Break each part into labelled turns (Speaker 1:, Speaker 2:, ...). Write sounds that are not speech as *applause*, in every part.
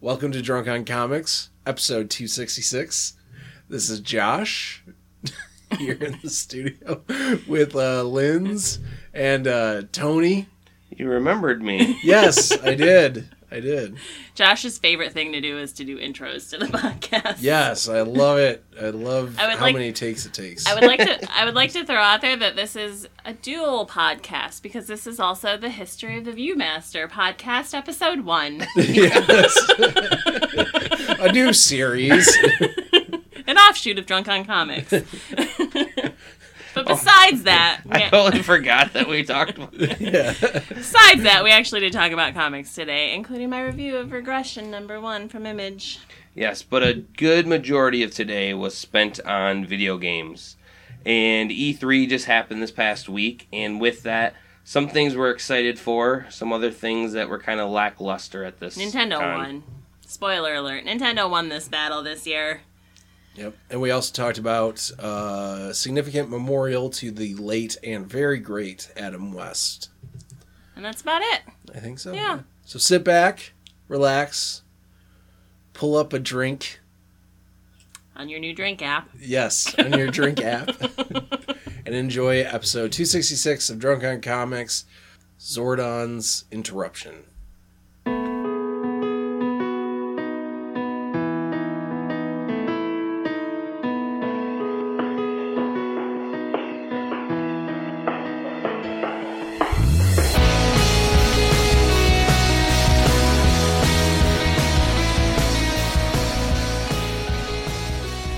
Speaker 1: Welcome to Drunk on Comics, episode 266. This is Josh *laughs* here in the studio with uh, Linz and uh, Tony.
Speaker 2: You remembered
Speaker 3: *laughs*
Speaker 2: me.
Speaker 1: Yes, I did. I did.
Speaker 3: Josh's favorite thing to do is to do intros to the *laughs* podcast.
Speaker 1: Yes, I love it. I love
Speaker 3: I would
Speaker 1: how
Speaker 3: like-
Speaker 1: many takes it takes.
Speaker 3: I would like to I would like to throw out there that this is a dual podcast because this is also the History of the Viewmaster podcast episode 1.
Speaker 1: *laughs* yes. *laughs* A new
Speaker 3: *laughs*
Speaker 1: series.
Speaker 3: An offshoot of Drunk on Comics. but besides that, we,
Speaker 2: I totally forgot that we talked about it.
Speaker 1: Yeah.
Speaker 3: besides that, we actually did talk about comics today, including my review of Regression number 1 from Image.
Speaker 2: Yes, but a good majority of today was spent on video games. And E3 just happened this past week, and with that, some things we're excited for, some other things that were kind of lackluster at this.
Speaker 3: Nintendo
Speaker 2: con.
Speaker 3: won. Spoiler alert. Nintendo won this battle this year.
Speaker 1: Yep. And we also talked about uh, significant memorial to the late and very great Adam West.
Speaker 3: And that's about it.
Speaker 1: I think so.
Speaker 3: Yeah.
Speaker 1: So sit back, relax, pull up a drink.
Speaker 3: On your new drink app.
Speaker 1: Yes, on your drink
Speaker 3: *laughs*
Speaker 1: app, *laughs* and enjoy episode 266 of Drunk on Comics Zordon's Interruption.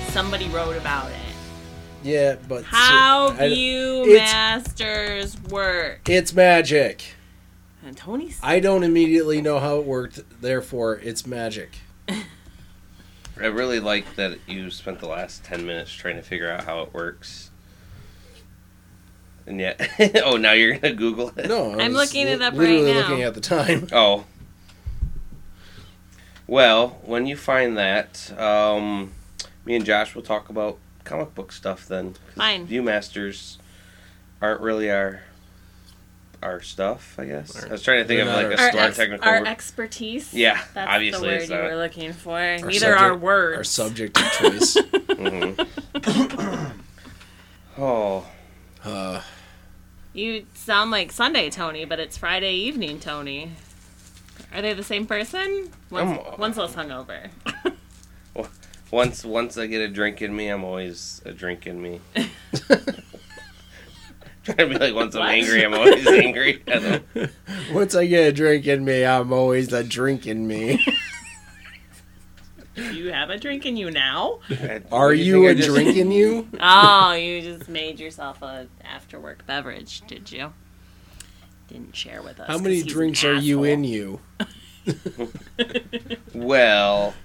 Speaker 3: Somebody wrote about it.
Speaker 1: Yeah, but.
Speaker 3: How
Speaker 1: I-
Speaker 3: view
Speaker 1: it's-
Speaker 3: masters work.
Speaker 1: It's magic.
Speaker 3: And Tony's
Speaker 1: I don't immediately know how it worked, therefore, it's magic.
Speaker 2: I really like that you spent the last 10 minutes trying to figure out how it works. And yet, *laughs* oh, now you're going to Google it?
Speaker 1: No, I
Speaker 3: I'm
Speaker 1: was
Speaker 3: looking it
Speaker 1: li-
Speaker 3: up right
Speaker 1: literally
Speaker 3: now.
Speaker 1: looking at the time. *laughs*
Speaker 2: Oh. Well, when you find that, um, me and Josh will talk about comic book stuff then. 'cause
Speaker 3: Fine.
Speaker 2: Viewmasters aren't really our our stuff, I guess. I was trying to think
Speaker 1: They're
Speaker 2: of
Speaker 1: not
Speaker 2: like a
Speaker 1: our-
Speaker 3: our,
Speaker 2: store
Speaker 3: ex-
Speaker 2: technical
Speaker 3: our
Speaker 2: word.
Speaker 3: expertise.
Speaker 2: yeah,
Speaker 3: That's
Speaker 2: obviously
Speaker 3: the word
Speaker 2: it's
Speaker 3: you were
Speaker 2: not.
Speaker 3: looking for. Neither are
Speaker 1: subject-
Speaker 3: words.
Speaker 1: Our subject of
Speaker 3: *laughs*
Speaker 1: choice.
Speaker 2: Mhm. oh,
Speaker 1: uh,
Speaker 3: you sound like Sunday Tony, but it's Friday evening Tony. Are they the same person? One's,
Speaker 2: I'm-
Speaker 3: one's
Speaker 1: *laughs*
Speaker 3: less hungover.
Speaker 2: once once I get a drink in me, I'm always a drink in
Speaker 3: *laughs*
Speaker 2: me. *laughs* trying to be like once I'm
Speaker 3: What?
Speaker 2: angry, I'm
Speaker 3: *laughs*
Speaker 2: always angry. I don't-
Speaker 1: once I get a drink in me, I'm always a drink in me.
Speaker 3: you have a drink in you
Speaker 1: *laughs*
Speaker 3: now?
Speaker 2: I-
Speaker 1: Are
Speaker 2: what do
Speaker 1: you,
Speaker 2: think I
Speaker 1: a
Speaker 2: just-
Speaker 1: drink *laughs* in you?
Speaker 3: oh, you just made yourself a after work beverage, did you? Didn't share with us.
Speaker 1: How many drinks are you in you?
Speaker 2: Well,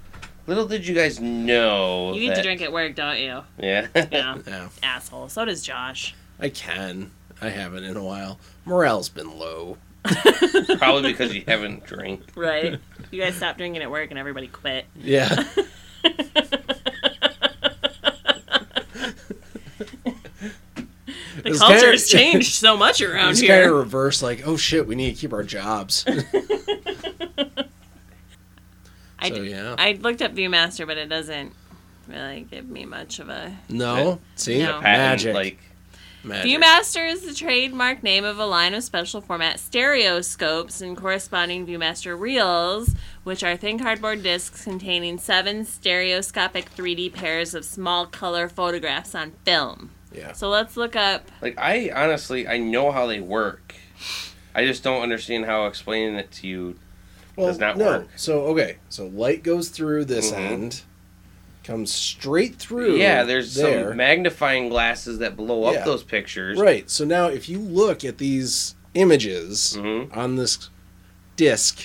Speaker 2: little did you guys know.
Speaker 3: You get
Speaker 2: that-
Speaker 3: to drink at work, don't you?
Speaker 2: Yeah. *laughs*
Speaker 3: Yeah,
Speaker 1: Yeah,
Speaker 3: asshole. So
Speaker 1: *laughs*
Speaker 3: does Josh.
Speaker 1: I can. I haven't in a while. Morale's been low.
Speaker 2: Probably because you haven't drank.
Speaker 3: Right. You guys stopped drinking at work and everybody
Speaker 1: *laughs*
Speaker 3: quit.
Speaker 1: Yeah.
Speaker 3: The culture has changed so much around
Speaker 1: It's
Speaker 3: here.
Speaker 1: kind of reverse, like, oh shit, we need to keep our *laughs* jobs.
Speaker 3: *laughs* I,
Speaker 1: so,
Speaker 3: d-
Speaker 1: yeah.
Speaker 3: I looked up Viewmaster, but it doesn't really give me much of a.
Speaker 1: no, see,
Speaker 3: No.
Speaker 1: magic.
Speaker 2: Patent, like,
Speaker 1: magic.
Speaker 3: Viewmaster is the trademark name of a line of special format stereoscopes and corresponding Viewmaster reels, which are thin cardboard discs containing seven stereoscopic 3D pairs of small color photographs on film.
Speaker 1: yeah.
Speaker 3: So let's look up
Speaker 2: like I honestly, I know how they work. I just don't understand how explaining it to you.
Speaker 1: Well,
Speaker 2: does not
Speaker 1: no.
Speaker 2: work.
Speaker 1: So okay, so light goes through this
Speaker 2: Mhm.
Speaker 1: end, comes straight through.
Speaker 2: Yeah, there's
Speaker 1: there.
Speaker 2: some magnifying glasses that blow up
Speaker 1: Yeah.
Speaker 2: those pictures.
Speaker 1: Right. So now, if you look at these images
Speaker 2: Mhm.
Speaker 3: Mm-hmm.
Speaker 1: on this disc,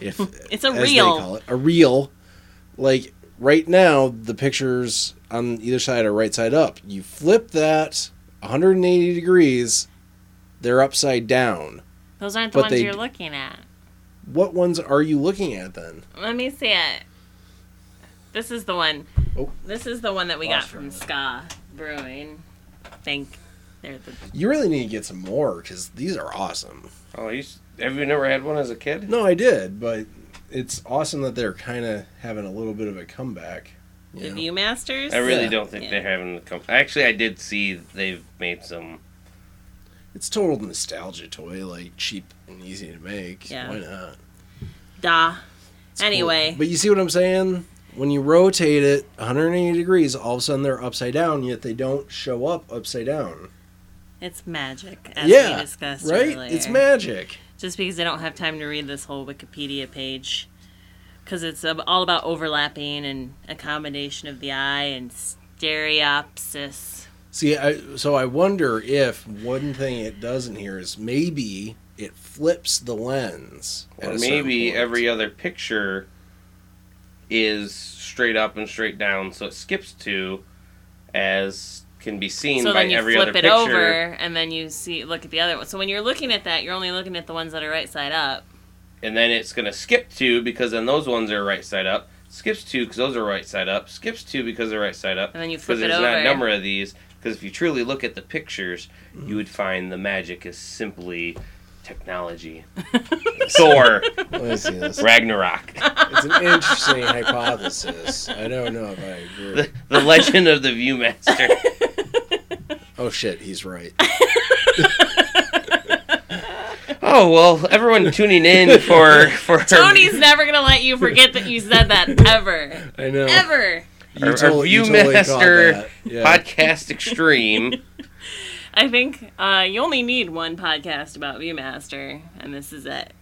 Speaker 1: if
Speaker 3: *laughs* It's a
Speaker 1: as they
Speaker 3: reel.
Speaker 1: call it, a reel. Like right now, the pictures on either side are right side up. You flip that 180 degrees, they're upside down.
Speaker 3: Those aren't the
Speaker 1: But
Speaker 3: ones
Speaker 1: they-
Speaker 3: you're looking at.
Speaker 1: What ones are you looking at then?
Speaker 3: Let me see it. This is the one.
Speaker 1: Oh.
Speaker 3: This is the one that we
Speaker 1: Lost
Speaker 3: got from
Speaker 1: for
Speaker 3: Ska Brewing. Think they're the.
Speaker 1: You really need to get some more because these are awesome.
Speaker 2: Oh, you s- have you never had one as a kid?
Speaker 1: No, I did, but it's awesome that they're kind of having a little bit of a comeback. you
Speaker 3: The
Speaker 1: know?
Speaker 3: Viewmasters.
Speaker 2: I really
Speaker 1: Yeah.
Speaker 2: don't think
Speaker 3: uh, Yeah.
Speaker 2: they're having the comp. Actually, I did see they've made some.
Speaker 1: It's total nostalgia toy, like cheap and easy to make.
Speaker 3: Yeah.
Speaker 1: Why not?
Speaker 3: Duh.
Speaker 1: It's cool.
Speaker 3: anyway,
Speaker 1: But you see what I'm saying? When you rotate it 180 degrees, all of a sudden they're upside down, yet they don't show up upside down.
Speaker 3: it's magic, as
Speaker 1: Yeah,
Speaker 3: we discussed
Speaker 1: right?
Speaker 3: earlier.
Speaker 1: It's magic.
Speaker 3: Just because I don't have time to read this whole Wikipedia page, because it's ab- all about overlapping and accommodation of the eye and stereopsis.
Speaker 1: See, I, so I wonder if one thing it does in here is maybe it flips the lens. at
Speaker 2: Or
Speaker 1: a certain
Speaker 2: maybe
Speaker 1: point.
Speaker 2: every other picture is straight up and straight down, so it skips two, as can be seen
Speaker 3: So
Speaker 2: by
Speaker 3: then you
Speaker 2: every
Speaker 3: flip
Speaker 2: other
Speaker 3: it
Speaker 2: picture.
Speaker 3: over, and then you see look at the other one. So when you're looking at that, you're only looking at the ones that are right side up. *laughs*
Speaker 2: and then it's going to skip two because then those ones are right side up. Skips two because those are right side up. Skips two because they're right side up.
Speaker 3: And then you
Speaker 2: Because
Speaker 3: flip it
Speaker 2: there's not
Speaker 3: over.
Speaker 2: a number of these. Because if you truly look at the pictures, you would find the magic is simply
Speaker 3: *laughs*
Speaker 2: technology. Thor,
Speaker 1: Let me see this.
Speaker 2: Ragnarok, *laughs*
Speaker 1: It's an interesting hypothesis. I don't know if I agree.
Speaker 2: *laughs* the, the legend of the Viewmaster.
Speaker 1: Oh shit, he's right.
Speaker 2: Oh well, everyone tuning in
Speaker 3: *laughs*
Speaker 2: for for our-
Speaker 3: Tony's never gonna let you forget that you said that ever,
Speaker 2: *laughs*
Speaker 1: I know.
Speaker 3: ever.
Speaker 1: You
Speaker 2: Our- our
Speaker 1: totally- you totally caught
Speaker 2: Viewmaster *laughs*
Speaker 1: that. Yeah.
Speaker 2: podcast extreme.
Speaker 3: *laughs* I think uh, you only need one podcast about ViewMaster, and this is it.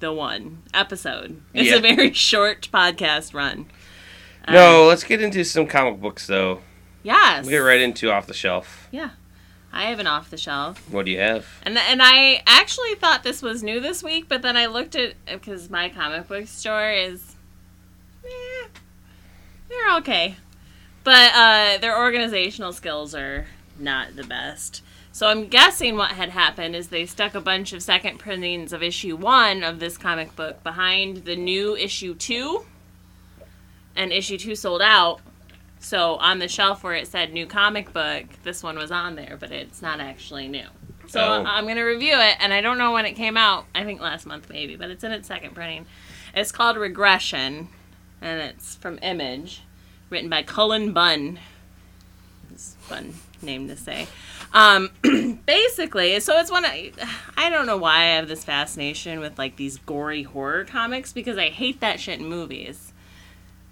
Speaker 3: The one episode. It's
Speaker 2: Yeah.
Speaker 3: a very *laughs* short podcast run. Um,
Speaker 2: No, let's get into some comic books though.
Speaker 3: Yes.
Speaker 2: We'll get right into off the shelf.
Speaker 3: Yeah. I have an off the shelf.
Speaker 2: What do you have?
Speaker 3: And, and I actually thought this was new this week, but then I looked at because my comic book store is, eh, they're okay, but uh, their organizational skills are not the best. So I'm guessing what had happened is they stuck a bunch of second printings of issue one of this comic book behind the new issue two, and issue two sold out. So on the shelf where it said new comic book, this one was on there, but it's not actually new. So
Speaker 2: Oh.
Speaker 3: I'm going to review it, and I don't know when it came out. I think last month maybe, but it's in its second printing. It's called Regression, and it's from Image, written by Cullen Bunn. It's a fun name to say. Um, *clears throat* basically, so it's one of, I don't know why I have this fascination with like these gory horror comics because I hate that shit in movies.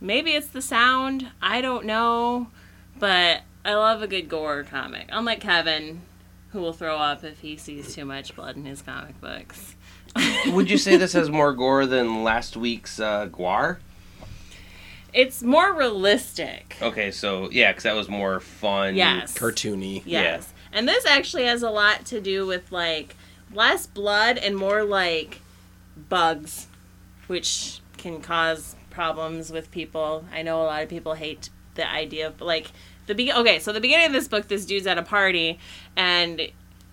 Speaker 3: Maybe it's the sound, I don't know, but I love a good gore comic. Unlike Kevin, who will throw up if he sees too much blood in his comic books.
Speaker 2: Would you say this has more gore than last week's uh, Guar?
Speaker 3: It's more realistic.
Speaker 2: Okay, so yeah, because that was more fun.
Speaker 3: Yes.
Speaker 1: Cartoony.
Speaker 3: Yes. And this actually has a lot to do with like less blood and more like bugs, which can cause problems with people. I know a lot of people hate the idea of like the be okay, so the beginning of this book this dude's at a party and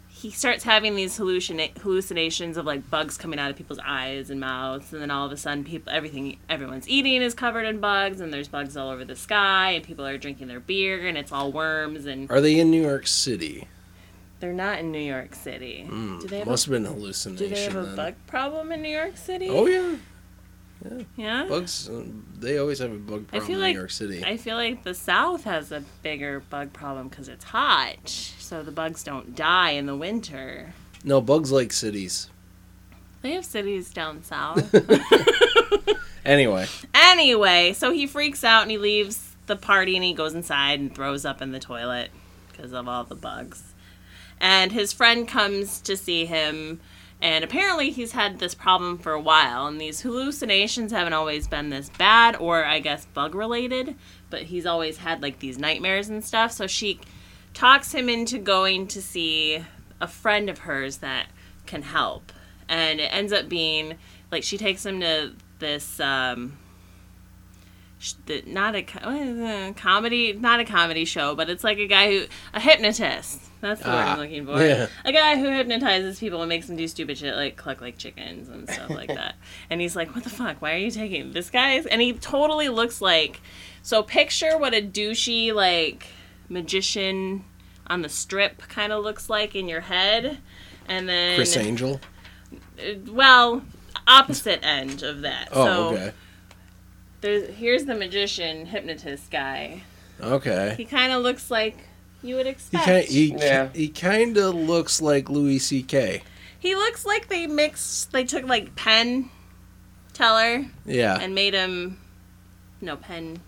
Speaker 3: he starts having these hallucina- hallucinations of like bugs coming out of people's eyes and mouths and then all of a sudden people everything everyone's eating is covered in bugs and there's bugs all over the sky and people are drinking their beer and it's all worms and
Speaker 1: Are they in New York City?
Speaker 3: they're not in New York City.
Speaker 1: Hmm,
Speaker 3: do they have
Speaker 1: Must
Speaker 3: a,
Speaker 1: have been a hallucination.
Speaker 3: do they have a
Speaker 1: then.
Speaker 3: bug problem in New York City?
Speaker 1: Oh yeah,
Speaker 3: yeah.
Speaker 1: bugs. um, They always have a bug
Speaker 3: I
Speaker 1: problem
Speaker 3: feel
Speaker 1: in
Speaker 3: like
Speaker 1: New York City.
Speaker 3: I feel like the South has a bigger bug problem because it's hot, so the bugs don't die in the winter.
Speaker 1: No, bugs like cities.
Speaker 3: They have cities down south.
Speaker 1: Anyway,
Speaker 3: Anyway, so he freaks out and he leaves the party and he goes inside and throws up in the toilet because of all the bugs. And his friend comes to see him, and apparently he's had this problem for a while. And these hallucinations haven't always been this bad, or I guess bug related, but he's always had like these nightmares and stuff. So she talks him into going to see a friend of hers that can help. And it ends up being like she takes him to this um sh- the, not a co- uh, comedy not a comedy show but it's like a guy who a hypnotist that's the word
Speaker 1: Ah,
Speaker 3: i'm looking for
Speaker 1: yeah.
Speaker 3: a guy who hypnotizes people and makes them do stupid shit like cluck like chickens and
Speaker 1: *laughs*
Speaker 3: stuff like that and he's like what the fuck why are you taking this guy's and he totally looks like so picture what a douchey like magician on the strip kind of looks like in your head and then
Speaker 1: Chris Angel.
Speaker 3: uh, well opposite end of that.
Speaker 1: Oh,
Speaker 3: so
Speaker 1: okay.
Speaker 3: there's here's the magician hypnotist guy.
Speaker 1: Okay.
Speaker 3: He kind of looks like you would
Speaker 1: He
Speaker 3: expect.
Speaker 1: kind he,
Speaker 2: Yeah.
Speaker 1: he kind of looks like Louis C.K.
Speaker 3: He looks like they mixed. They took like Penn Teller
Speaker 1: Yeah.
Speaker 3: and made him. No, Penn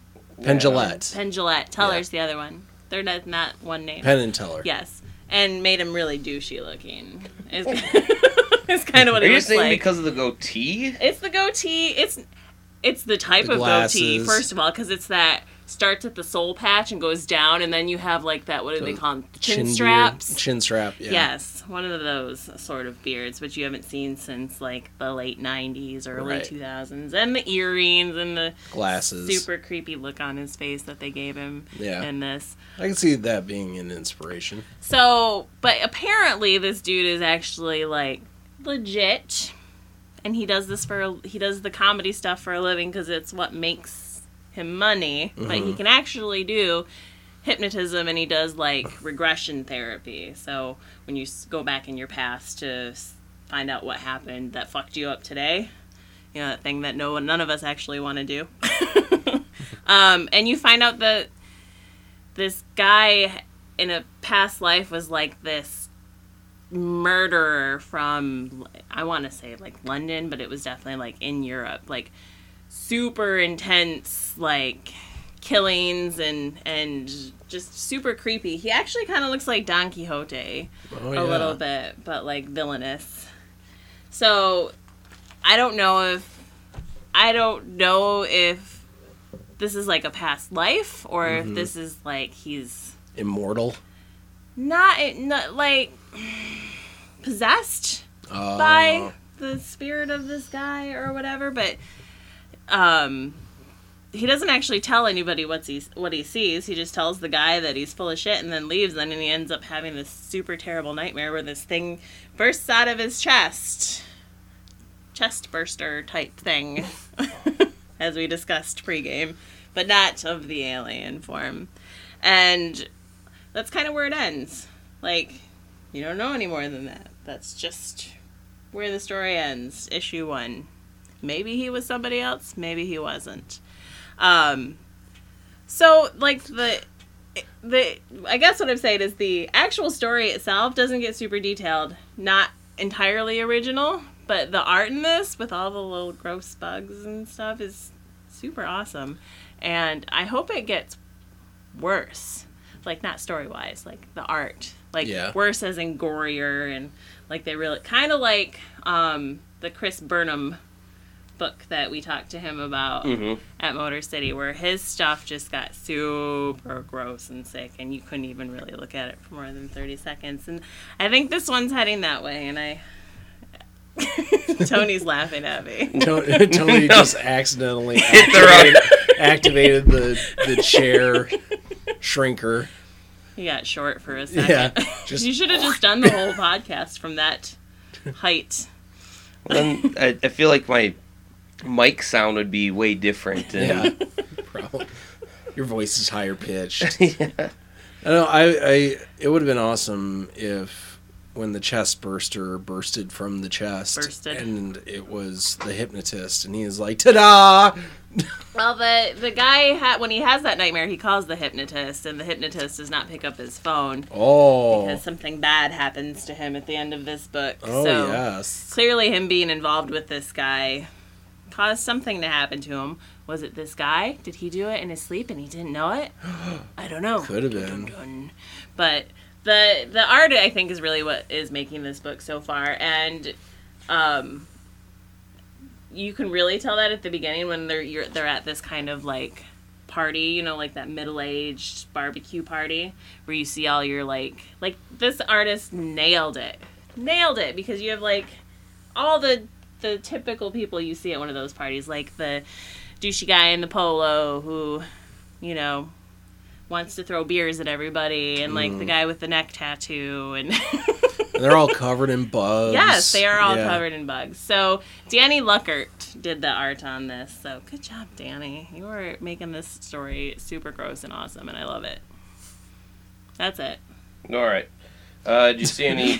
Speaker 1: Penn
Speaker 2: Yeah.
Speaker 1: Jillette.
Speaker 3: Penn Gillette. Teller's the other one. They're not, not one name.
Speaker 1: Penn and Teller.
Speaker 3: Yes, and made him really douchey looking.
Speaker 1: *laughs*
Speaker 3: Is, *laughs* is kind of what
Speaker 2: Are
Speaker 3: it
Speaker 2: you
Speaker 3: looks
Speaker 2: saying
Speaker 3: like.
Speaker 2: because of the *laughs* goatee?
Speaker 3: it's the goatee. It's it's the type
Speaker 1: The
Speaker 3: of goatee
Speaker 1: glasses.
Speaker 3: first of all because it's that starts at the soul patch and goes down, and then you have like that. What do they
Speaker 1: The
Speaker 3: call them? Chin,
Speaker 1: beard-
Speaker 3: straps.
Speaker 1: Chin strap. Yeah.
Speaker 3: Yes, one of those sort of beards, which you haven't seen since like the late '90s, early
Speaker 1: Right.
Speaker 3: 2000s, and the earrings and the
Speaker 1: Glasses.
Speaker 3: super creepy look on his face that they gave him
Speaker 1: Yeah.
Speaker 3: in this.
Speaker 1: I can see that being an inspiration.
Speaker 3: So, but apparently this dude is actually like legit, and he does this for he does the comedy stuff for a living because it's what makes him money. But he can actually do hypnotism, and he does like regression therapy. So when you s- go back in your past to s- find out what happened that fucked you up today, you know that thing that no one, none of us actually want to do. *laughs* um, and you find out that this guy in a past life was like this murderer from I want to say like London, but it was definitely like in Europe, like super intense like killings and and just super creepy. He actually kind of looks like Don Quixote
Speaker 1: Oh,
Speaker 3: a little bit, but like villainous. So I don't know if I don't know if this is like a past life or if this is like he's
Speaker 1: Immortal.
Speaker 3: not, not like *sighs* possessed
Speaker 1: Uh,
Speaker 3: by the spirit of this guy or whatever, but um he doesn't actually tell anybody what's he, what he sees. He just tells the guy that he's full of shit and then leaves. And then he ends up having this super terrible nightmare where this thing bursts out of his chest. Chest burster type thing, *laughs* as we discussed pregame, but not of the alien form. And that's kind of where it ends. Like, you don't know any more than that. That's just where the story ends, issue one. Maybe he was somebody else, maybe he wasn't. Um, so, like the the I guess what I'm saying is the actual story itself doesn't get super detailed, not entirely original, but the art in this with all the little gross bugs and stuff is super awesome, and I hope it gets worse, like not story wise, like the art, like
Speaker 1: Yeah.
Speaker 3: worse as in gorier and like they really kind of like um, the Chris Burnham book that we talked to him about
Speaker 2: Mm-hmm.
Speaker 3: at Motor City where his stuff just got super gross and sick and you couldn't even really look at it for more than 30 seconds and I think this one's heading that way and I *laughs* Tony's laughing at me.
Speaker 1: Uh, Tony, *laughs* Tony
Speaker 2: *laughs* No.
Speaker 1: just accidentally
Speaker 2: Hit the right.
Speaker 1: activated the the chair shrinker.
Speaker 3: He got short for a
Speaker 1: *laughs*
Speaker 3: second. *laughs*
Speaker 1: Yeah, just
Speaker 3: You should have just done the whole podcast
Speaker 1: *laughs*
Speaker 3: from that height.
Speaker 2: *laughs* Then I, I feel like my mic sound would be way different.
Speaker 1: yeah.
Speaker 2: And,
Speaker 1: Probably. Your voice is higher pitched.
Speaker 2: *laughs* yeah.
Speaker 1: I know. I, I it would have been awesome if when the chest burster bursted from the chest,
Speaker 3: Bursted.
Speaker 1: and it was the hypnotist, and he is like, "Ta-da!"
Speaker 3: Well, the the guy ha- when he has that nightmare, he calls the hypnotist, and the hypnotist does not pick up his phone
Speaker 1: Oh,
Speaker 3: because something bad happens to him at the end of this book.
Speaker 1: oh
Speaker 3: so
Speaker 1: yes.
Speaker 3: clearly, him being involved with this guy caused something to happen to him. Was it this guy? Did he do it in his sleep and he didn't know it? I don't know.
Speaker 1: Could have been.
Speaker 3: Dun. But the the art I think is really what is making this book so far, and um, you can really tell that at the beginning when they're you're, they're at this kind of like party, you know, like that middle aged barbecue party where you see all your like like this artist nailed it, nailed it because you have like all the the typical people you see at one of those parties, like the douchey guy in the polo who, you know, wants to throw beers at everybody, and like
Speaker 1: Mm.
Speaker 3: the guy with the neck tattoo, and *laughs*
Speaker 1: And they're all covered in bugs.
Speaker 3: yes, they are all
Speaker 1: Yeah.
Speaker 3: covered in bugs. So Danny Luckert did the art on this. So good job, Danny. You are making this story super gross and awesome, and I love it. That's it.
Speaker 2: *laughs* All right. Uh, did you see any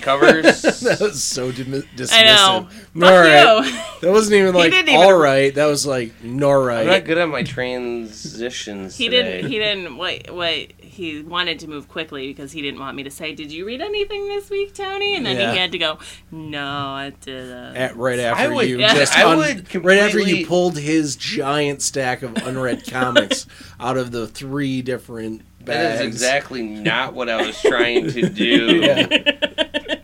Speaker 1: *laughs*
Speaker 2: covers?
Speaker 1: that was so dim- dismissive.
Speaker 3: I know. Fuck
Speaker 1: All right.
Speaker 3: you. *laughs*
Speaker 1: That wasn't even like
Speaker 3: didn't even-
Speaker 1: all right. That was like nor
Speaker 2: I'm not
Speaker 1: right.
Speaker 2: good at my transitions.
Speaker 3: He
Speaker 2: today.
Speaker 3: didn't. He didn't. What? What? He wanted to move quickly because he didn't want me to say, "Did you read anything this week, Tony?" And then
Speaker 1: Yeah.
Speaker 3: he had to go. No, I didn't. *laughs*
Speaker 1: At, right after
Speaker 2: I would-
Speaker 1: you
Speaker 3: yeah.
Speaker 1: just
Speaker 2: I
Speaker 1: un-
Speaker 2: would
Speaker 1: right after you
Speaker 2: completely-
Speaker 1: pulled his giant stack of unread
Speaker 2: *laughs*
Speaker 1: comics out of the three different bags.
Speaker 2: That is exactly not what I
Speaker 1: *laughs*
Speaker 2: was trying to do.
Speaker 1: Yeah.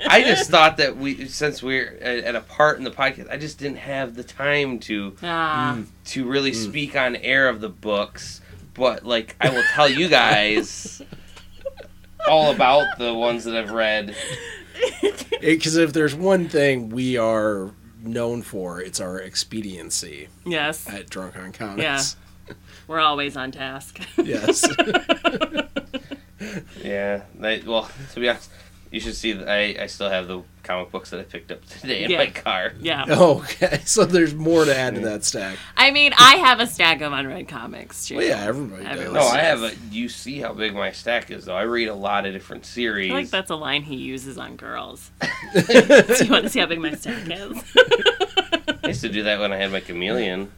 Speaker 2: I just thought that we, since we're at at a part in the podcast, I just didn't have the time to
Speaker 3: Ah,
Speaker 1: Hmm.
Speaker 2: to really speak on air of the books. But like, I will tell you guys all about the ones that I've read.
Speaker 1: Because if there's one thing we are known for, it's our expediency
Speaker 3: yes,
Speaker 1: at Drunk on Comics.
Speaker 3: we're always on task.
Speaker 1: Yes.
Speaker 2: Yeah. They, well, *laughs* to be honest, you should see. that I I still have the comic books that I picked up today in
Speaker 3: Yeah.
Speaker 2: my car.
Speaker 3: *laughs* yeah,
Speaker 1: *laughs* okay. So there's more to add to that stack.
Speaker 3: I mean, I have a stack of unread comics too.
Speaker 1: Well, yeah, everybody does.
Speaker 3: Everyone.
Speaker 2: No, I have a. You see how big my stack is, though. I read a lot of different
Speaker 3: I
Speaker 2: series.
Speaker 3: feel like that's a line he uses
Speaker 1: *laughs*
Speaker 3: on girls. Do you want to see how big my stack is?
Speaker 2: I used to do that when I had my chameleon.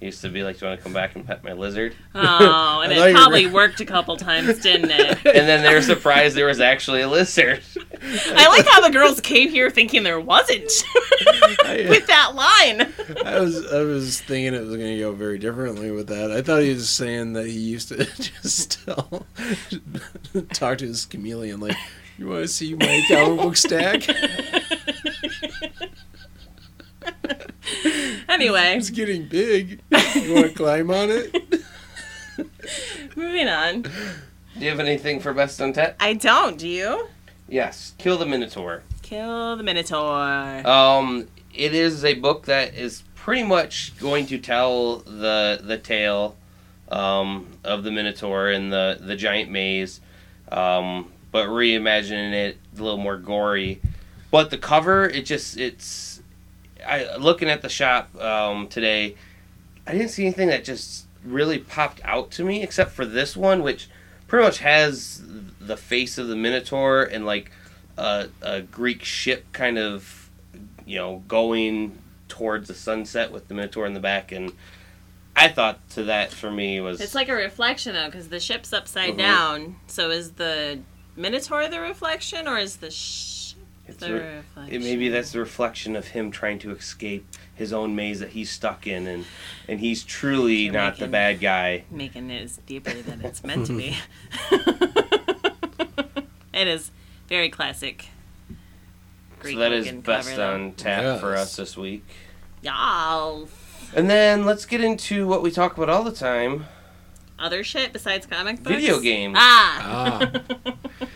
Speaker 2: He used to be like, "Do you want to come back and pet my lizard?"
Speaker 3: oh,
Speaker 1: I thought
Speaker 3: and
Speaker 1: you
Speaker 3: it
Speaker 1: were-
Speaker 3: probably worked a couple times, didn't it?
Speaker 2: *laughs* And then they were surprised there was actually a lizard. *laughs*
Speaker 3: I like how the girls came here thinking there wasn't with that line.
Speaker 1: I was I was thinking it was going to go very differently with that. I thought he was saying that he used to *laughs* just tell, *laughs* talk to his chameleon like, "You want to see
Speaker 3: *laughs*
Speaker 1: my comic book stack?
Speaker 3: Anyway,
Speaker 1: It's getting big. You want to climb on it?"
Speaker 3: moving on.
Speaker 2: Do you have anything for best untet?
Speaker 3: I don't, do you?
Speaker 2: Yes, kill the minotaur.
Speaker 3: Kill the Minotaur.
Speaker 2: Um, it is a book that is pretty much going to tell the the tale um, of the Minotaur and the the giant maze, um, but reimagining it a little more gory. But the cover, it just it's. I looking at the shop um, today. I didn't see anything that just really popped out to me, except for this one, which pretty much has the face of the Minotaur and like a, a Greek ship kind of you know, going towards the sunset with the Minotaur in the back, and I thought to that for me was
Speaker 3: It's like a reflection, though, because the ship's upside
Speaker 2: Mhm.
Speaker 3: down. So is the Minotaur the reflection, or is the ship
Speaker 2: It's
Speaker 3: the
Speaker 2: a-
Speaker 3: reflection?
Speaker 2: it, maybe that's the reflection of him trying to escape his own maze that he's stuck in, and and he's truly
Speaker 3: You're
Speaker 2: not the
Speaker 3: making-
Speaker 2: bad guy.
Speaker 3: Making it as deeper
Speaker 1: *laughs*
Speaker 3: than it's meant to be. it is very classic.
Speaker 2: So that is
Speaker 3: looking
Speaker 2: best
Speaker 3: though.
Speaker 2: on tap for
Speaker 1: Yes.
Speaker 2: us this week.
Speaker 3: Y'all.
Speaker 2: And then let's get into what we talk about all the time:
Speaker 3: Other shit besides comic books?
Speaker 2: video games.
Speaker 3: Ah.
Speaker 1: Ah,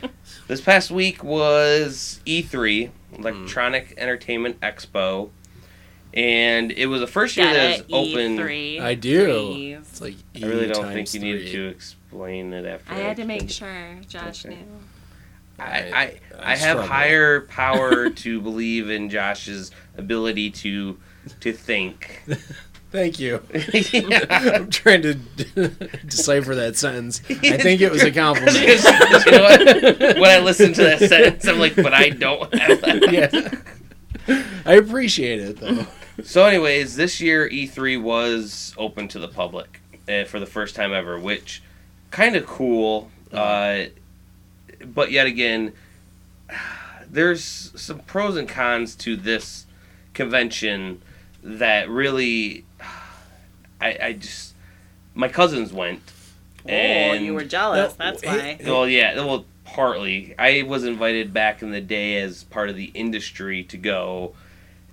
Speaker 3: *laughs*
Speaker 2: This past week was E3, Electronic Entertainment Expo, and it was the first year
Speaker 3: Got
Speaker 2: that
Speaker 3: it.
Speaker 2: it was open.
Speaker 3: E3.
Speaker 1: I do.
Speaker 3: Please.
Speaker 1: It's like
Speaker 2: I really
Speaker 1: E
Speaker 2: don't
Speaker 1: times
Speaker 2: think you needed
Speaker 1: three.
Speaker 2: to explain it after.
Speaker 3: I had to make
Speaker 2: explained it.
Speaker 3: sure Josh
Speaker 2: Okay.
Speaker 3: knew.
Speaker 2: I I,
Speaker 1: I
Speaker 2: I have
Speaker 1: struggle.
Speaker 2: higher power to believe in Josh's ability to to think. *laughs*
Speaker 1: Thank you.
Speaker 2: Yeah.
Speaker 1: I'm trying to *laughs* decipher that sentence.
Speaker 2: *laughs*
Speaker 1: I think it was a compliment.
Speaker 2: You know what? When I listen to that sentence, I'm like, but I don't have
Speaker 1: *laughs*
Speaker 2: that. *laughs*
Speaker 1: yeah. I appreciate it though.
Speaker 2: So, anyways, this year E3 was open to the public uh, for the first time ever, which kind of cool.
Speaker 3: Uh-huh.
Speaker 2: Uh, but yet again, there's some pros and cons to this convention that really, I, I just my cousins went.
Speaker 3: oh, you were
Speaker 1: No,
Speaker 3: jealous. That's
Speaker 1: it-
Speaker 3: why.
Speaker 2: Well, yeah, well, partly. I was invited back in the day as part of the industry to go,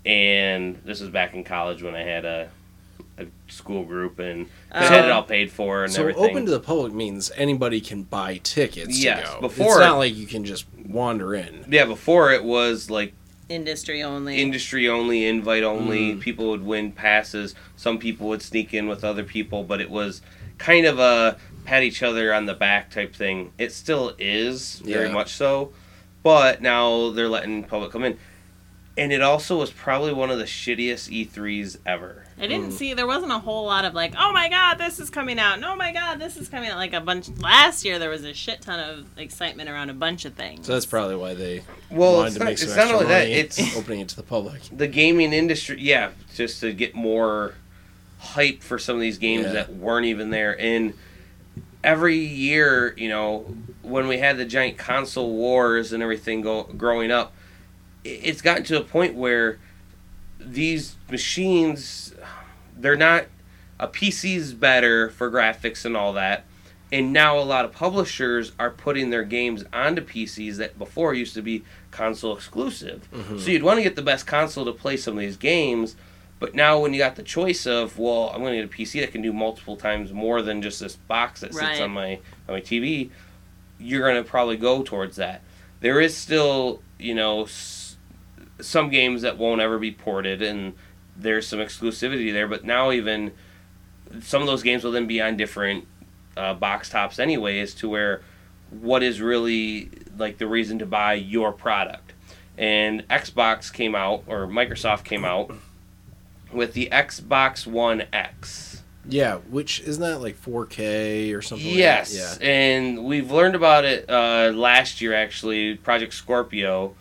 Speaker 2: and this was back in college when I had a, a school group and I had it all paid for and
Speaker 1: So
Speaker 2: everything.
Speaker 1: open to the public means anybody can buy tickets
Speaker 2: Yes,
Speaker 1: to go.
Speaker 2: before-
Speaker 1: it's not like you can just wander in.
Speaker 2: yeah, before it was like
Speaker 3: Industry only.
Speaker 2: industry only, invite only.
Speaker 1: Mm.
Speaker 2: People would win passes. Some people would sneak in with other people, but it was kind of a pat each other on the back type thing. It still is very
Speaker 1: Yeah.
Speaker 2: much so, but now they're letting public come in. and it also was probably one of the shittiest E3s ever.
Speaker 3: I
Speaker 1: Mm.
Speaker 3: didn't see there wasn't a whole lot of like, oh my god, this is coming out, and oh my god, this is coming out. Like a bunch last year, there was a shit ton of excitement around a bunch of things.
Speaker 1: So that's probably why they
Speaker 2: Well,
Speaker 1: wanted
Speaker 2: it's
Speaker 1: to
Speaker 2: not,
Speaker 1: make some
Speaker 2: it's not
Speaker 1: extra
Speaker 2: only that;
Speaker 1: money *laughs*
Speaker 2: it's
Speaker 1: opening it to the public.
Speaker 2: the gaming industry yeah just to get more hype for some of these games
Speaker 1: Yeah.
Speaker 2: that weren't even there and every year you know when we had the giant console wars and everything go, growing up i- it's gotten to a point where these machines they're not a PC's better for graphics and all that and now a lot of publishers are putting their games onto PCs that before used to be console exclusive. So you'd want to get the best console to play some of these games, but now when you got the choice of, well, I'm going to get a PC that can do multiple times more than just this box that sits
Speaker 3: Right.
Speaker 2: on my on my TV, you're going to probably go towards that. There is still, you know, s- some games that won't ever be ported and there's some exclusivity there, but now even some of those games will then be on different uh, box tops anyways to where what is really like the reason to buy your product and xbox came out or microsoft came out with the xbox one x
Speaker 1: Yeah, which isn't that like 4K or something?
Speaker 2: yes
Speaker 1: Like that?
Speaker 2: and we've learned about it uh, last year actually project scorpio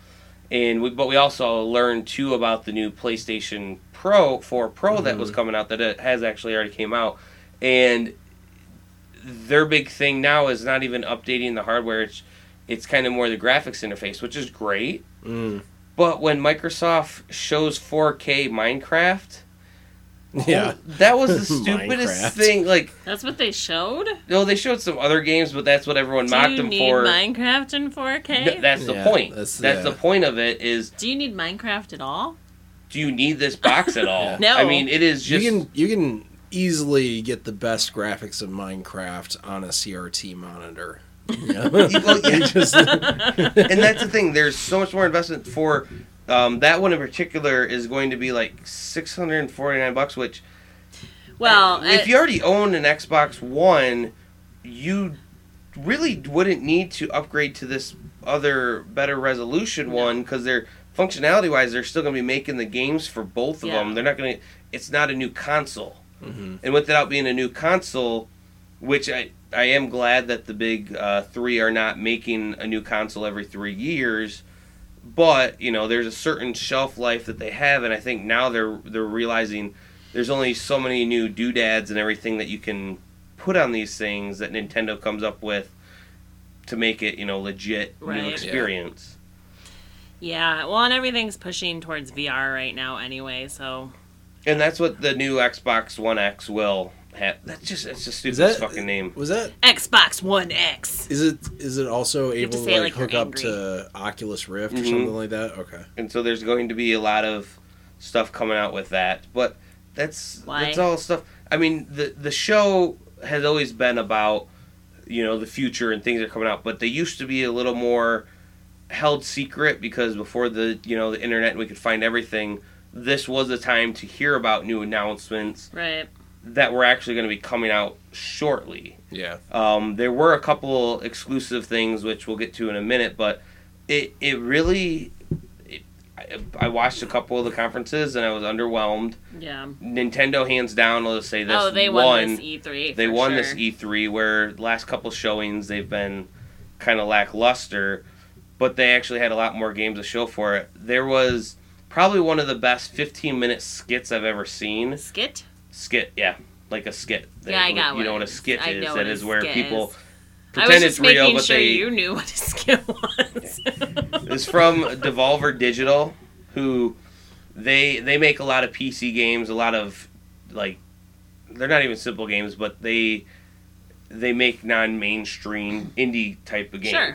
Speaker 2: and we, but we also learned too about the new playstation pro 4 pro that
Speaker 1: Mm-hmm.
Speaker 2: was coming out that it has actually already came out and their big thing now is not even updating the hardware. It's it's kind of more the graphics interface, which is great.
Speaker 1: Yeah. Mm.
Speaker 2: But when Microsoft shows 4K Minecraft, Oh,
Speaker 1: Yeah.
Speaker 2: that was the
Speaker 1: *laughs*
Speaker 2: stupidest
Speaker 1: Minecraft.
Speaker 2: thing. Like,
Speaker 3: That's what they showed.
Speaker 2: no, they showed some other games, but that's what everyone
Speaker 3: Do
Speaker 2: mocked
Speaker 3: you
Speaker 2: them
Speaker 3: need
Speaker 2: for.
Speaker 3: Minecraft in 4K?
Speaker 2: Th- that's the
Speaker 1: Yeah,
Speaker 2: point. That's,
Speaker 1: that's-
Speaker 2: the
Speaker 1: yeah.
Speaker 2: point of it. Is
Speaker 3: Do you need Minecraft at all?
Speaker 2: do you need this
Speaker 1: *laughs*
Speaker 2: box at all?
Speaker 1: Yeah.
Speaker 3: No.
Speaker 2: I mean, it is just
Speaker 1: you can you can easily get the best graphics of Minecraft on a CRT monitor. Yeah.
Speaker 2: *laughs*
Speaker 1: *laughs*
Speaker 2: Well, yeah.
Speaker 1: You
Speaker 2: *laughs*
Speaker 1: just-
Speaker 2: and that's the thing. There's so much more investment for um, that one in particular is going to be like 649 bucks, which
Speaker 3: Well, uh,
Speaker 2: if
Speaker 3: I-
Speaker 2: you already own an Xbox One, you really wouldn't need to upgrade to this other better resolution one because they're functionality wise they're still going to be making the games for both of
Speaker 3: Yeah.
Speaker 2: them. They're not going to. It's not a new console, and without being a new console, which I I am glad that the big uh, three are not making a new console every three years. But you know, there's a certain shelf life that they have, and I think now they're they're realizing there's only so many new doodads and everything that you can put on these things that Nintendo comes up with to make it you know legit
Speaker 3: Right.
Speaker 2: new
Speaker 3: Yeah.
Speaker 2: experience.
Speaker 3: yeah, well, and everything's pushing towards VR right now anyway. So
Speaker 2: And that's what the new Xbox One X will have. That's just it's just
Speaker 1: Is
Speaker 2: stupid
Speaker 1: that
Speaker 2: fucking name.
Speaker 1: Was that
Speaker 3: Xbox One X.
Speaker 1: is it is it also
Speaker 3: have to
Speaker 1: able to
Speaker 3: say it
Speaker 1: like,
Speaker 3: like you're
Speaker 1: hook up
Speaker 3: angry.
Speaker 1: to Oculus Rift or
Speaker 2: Mhm.
Speaker 1: something like that? Okay.
Speaker 2: and so there's going to be a lot of stuff coming out with that. But that's
Speaker 3: Why?
Speaker 2: that's all stuff. I mean, the the show has always been about you know the future and things that are coming out, but they used to be a little more held secret because before the you know the internet we could find everything. This was the time to hear about new announcements
Speaker 3: Right.
Speaker 2: that were actually going to be coming out shortly.
Speaker 1: Yeah.
Speaker 2: Um, there were a couple exclusive things which we'll get to in a minute, but it it really. It, I, I watched a couple of the conferences and I was underwhelmed.
Speaker 3: Yeah.
Speaker 2: Nintendo, hands down, let's say this.
Speaker 3: Oh, they won,
Speaker 2: won
Speaker 3: this E3.
Speaker 2: they
Speaker 3: for
Speaker 2: won
Speaker 3: sure.
Speaker 2: this E E3 where last couple showings they've been kind of lackluster, but they actually had a lot more games to show for it. There was probably one of the best 15 minute skits I've ever seen
Speaker 3: skit.
Speaker 2: skit yeah like a skit
Speaker 3: Yeah, I got
Speaker 2: you know what
Speaker 3: what
Speaker 2: a
Speaker 3: it is.
Speaker 2: skit
Speaker 3: I
Speaker 2: is
Speaker 3: know
Speaker 2: that
Speaker 3: what a
Speaker 2: is where
Speaker 3: skit
Speaker 2: people
Speaker 3: is. I was
Speaker 2: pretend
Speaker 3: just
Speaker 2: it's real
Speaker 3: making
Speaker 2: but
Speaker 3: sure
Speaker 2: they
Speaker 3: you knew what a skit was.
Speaker 2: *laughs*
Speaker 3: *laughs*
Speaker 2: it's from devolver digital who they they make a lot of pc games a lot of like they're not even simple games but they they make non-mainstream indie type of games
Speaker 3: Sure.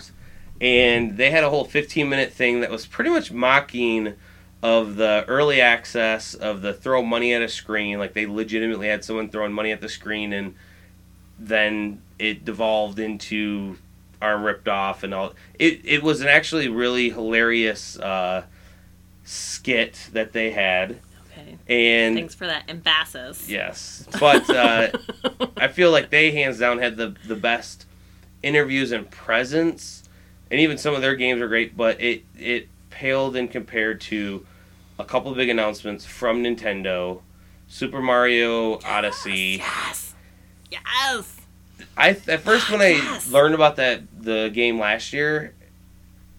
Speaker 2: and they had a whole 15 minute thing that was pretty much mocking of the early access of the throw money at a screen like they legitimately had someone throwing money at the screen and then it devolved into arm ripped off and all it it was an actually really hilarious uh skit that they had
Speaker 3: okay.
Speaker 2: and
Speaker 3: Thanks for that, Ambassadors.
Speaker 2: yes but
Speaker 3: *laughs*
Speaker 2: uh I feel like they hands down had the the best interviews and presence, and even some of their games are great, but it it paled in compared to a couple big announcements from Nintendo. Super Mario Odyssey.
Speaker 3: Yes. Yes.
Speaker 2: I at first when I
Speaker 3: Yes.
Speaker 2: learned about that the game last year,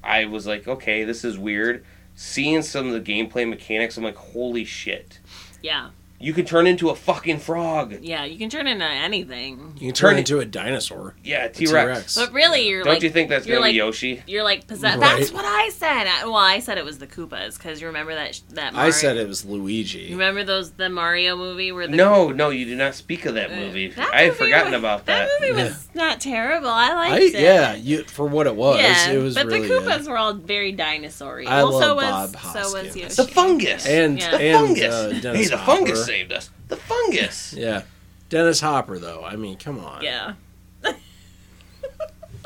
Speaker 2: I was like, okay, this is weird. Seeing some of the gameplay mechanics, I'm like, holy shit!
Speaker 3: Yeah.
Speaker 2: You can turn into a fucking frog.
Speaker 3: Yeah. You can turn into anything.
Speaker 1: You can turn
Speaker 2: Turn it-
Speaker 1: into a dinosaur.
Speaker 2: Yeah,
Speaker 1: T
Speaker 2: T Rex.
Speaker 1: Rex.
Speaker 3: But really, you're
Speaker 2: Don't
Speaker 3: like
Speaker 2: you think that's
Speaker 3: you're
Speaker 2: gonna be
Speaker 3: like-
Speaker 2: Yoshi?
Speaker 3: you're like possessed.
Speaker 1: Right.
Speaker 3: That's what I said. I, well, I said it was the Koopas because you remember that sh- that Mario,
Speaker 1: I said it was Luigi.
Speaker 3: You remember those the Mario movie where the
Speaker 2: No, no, you do not speak of that
Speaker 3: Uh,
Speaker 2: movie.
Speaker 3: that
Speaker 2: I had
Speaker 3: movie
Speaker 2: forgotten
Speaker 3: was-
Speaker 2: about
Speaker 3: that
Speaker 2: that.
Speaker 3: movie was not terrible. I liked
Speaker 1: I,
Speaker 3: it.
Speaker 1: yeah, you, for what it was,
Speaker 3: yeah,
Speaker 1: it was
Speaker 3: but
Speaker 1: really
Speaker 3: the Koopas
Speaker 1: good.
Speaker 3: were all very dinosaur-y.
Speaker 1: I
Speaker 3: well, so
Speaker 1: love
Speaker 3: was
Speaker 1: Bob
Speaker 3: so was
Speaker 1: Hoskins.
Speaker 3: Yoshi.
Speaker 2: The fungus.
Speaker 1: And
Speaker 3: Yeah.
Speaker 2: the
Speaker 1: and
Speaker 2: fungus.
Speaker 1: Uh, Dennis
Speaker 2: hey, the
Speaker 1: Hopper.
Speaker 2: fungus saved us. The fungus.
Speaker 1: Yeah, Dennis Hopper though. I mean, come on,
Speaker 3: Yeah,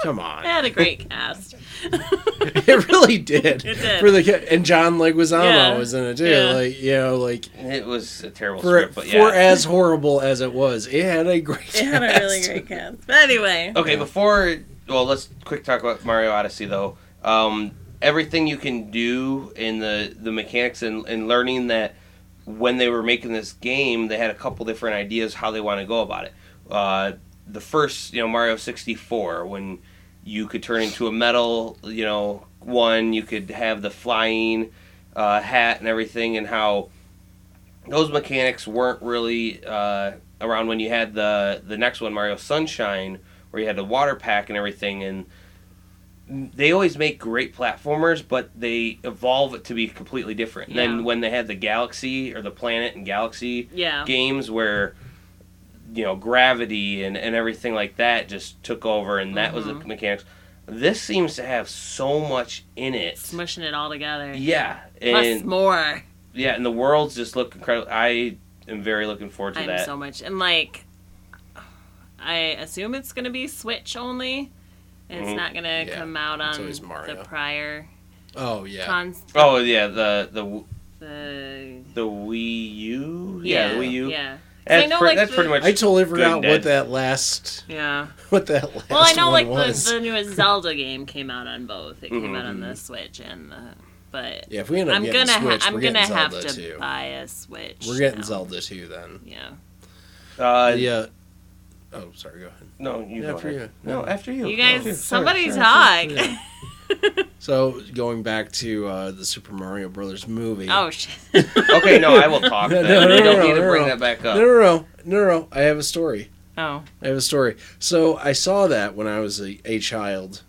Speaker 1: come
Speaker 3: it
Speaker 1: on.
Speaker 3: had a great cast.
Speaker 1: *laughs* it really did.
Speaker 3: It did.
Speaker 1: For the ki- and John Leguizamo
Speaker 3: Yeah.
Speaker 1: was in it too.
Speaker 3: Yeah.
Speaker 1: Like you know, like
Speaker 2: It was a terrible
Speaker 1: for
Speaker 2: script, but yeah.
Speaker 1: for as horrible as it was, it had a great.
Speaker 3: It had a really
Speaker 1: cast.
Speaker 3: great cast. But anyway,
Speaker 2: Okay, before well, let's quick talk about Mario Odyssey though. Um, everything you can do in the the mechanics and, and learning that when they were making this game, they had a couple different ideas how they want to go about it. Uh, the first, you know, Mario sixty four, when you could turn into a metal, you know, one, you could have the flying uh, hat and everything, and how those mechanics weren't really uh, around when you had the the next one, Mario Sunshine, where you had the water pack and everything and they always make great platformers but they evolve it to be completely different
Speaker 3: Yeah.
Speaker 2: than when they had the galaxy or the planet and galaxy
Speaker 3: yeah,
Speaker 2: games where you know gravity and, and everything like that just took over and that was the
Speaker 3: Mhm.
Speaker 2: mechanics this seems to have so much in it
Speaker 3: smushing it all together.
Speaker 2: yeah
Speaker 3: Plus
Speaker 2: and
Speaker 3: more.
Speaker 2: yeah and the worlds just look incredible i am very looking forward to
Speaker 3: I'm
Speaker 2: that
Speaker 3: so much and like, I assume it's gonna be Switch only. It's
Speaker 2: Mhm.
Speaker 3: not gonna
Speaker 1: Yeah,
Speaker 3: come out on
Speaker 1: always Mario.
Speaker 3: the prior
Speaker 1: Oh yeah.
Speaker 3: cons.
Speaker 2: oh yeah the the
Speaker 3: the
Speaker 2: the wii u
Speaker 3: yeah,
Speaker 2: yeah, the wii u
Speaker 3: Yeah, 'Cause
Speaker 2: That's,
Speaker 3: I know,
Speaker 2: pre-
Speaker 3: like,
Speaker 2: that's
Speaker 3: the-
Speaker 2: pretty much.
Speaker 1: I totally forgot
Speaker 2: Dead.
Speaker 1: what that last *laughs*
Speaker 3: yeah.
Speaker 1: what that last
Speaker 3: Well, I know
Speaker 1: one
Speaker 3: like
Speaker 1: was.
Speaker 3: the, the newest Zelda game came out on both. It came out on the
Speaker 1: Mhm.
Speaker 3: Switch and the but
Speaker 1: yeah, if we end up
Speaker 3: I'm
Speaker 1: getting
Speaker 3: gonna ha-
Speaker 1: Switch,
Speaker 3: I'm
Speaker 1: we're
Speaker 3: gonna
Speaker 1: getting
Speaker 3: have
Speaker 1: Zelda
Speaker 3: to
Speaker 1: too.
Speaker 3: buy a Switch.
Speaker 1: We're getting
Speaker 3: now.
Speaker 1: Zelda too then.
Speaker 3: Yeah,
Speaker 2: uh, yeah.
Speaker 1: yeah. Oh, sorry. Go ahead.
Speaker 2: No, you
Speaker 1: Yeah,
Speaker 2: go
Speaker 1: for
Speaker 2: ahead.
Speaker 1: you.
Speaker 2: No, after you.
Speaker 3: you
Speaker 2: Oh, sure,
Speaker 1: *laughs*
Speaker 3: guys, somebody
Speaker 2: sure, sure,
Speaker 3: talk.
Speaker 1: yeah. So going back to uh, the Super Mario Brothers movie.
Speaker 3: *laughs* oh shit.
Speaker 2: sure. okay, no, I will
Speaker 1: *laughs*
Speaker 2: talk.
Speaker 1: No, no,
Speaker 2: Then.
Speaker 1: no,
Speaker 2: you don't
Speaker 1: no,
Speaker 2: need to
Speaker 1: no,
Speaker 2: bring
Speaker 1: no.
Speaker 2: that back
Speaker 1: no,
Speaker 2: up.
Speaker 1: no, no, no, no. I have a story.
Speaker 3: Oh,
Speaker 1: I have a story. So I saw that when I was a, a child.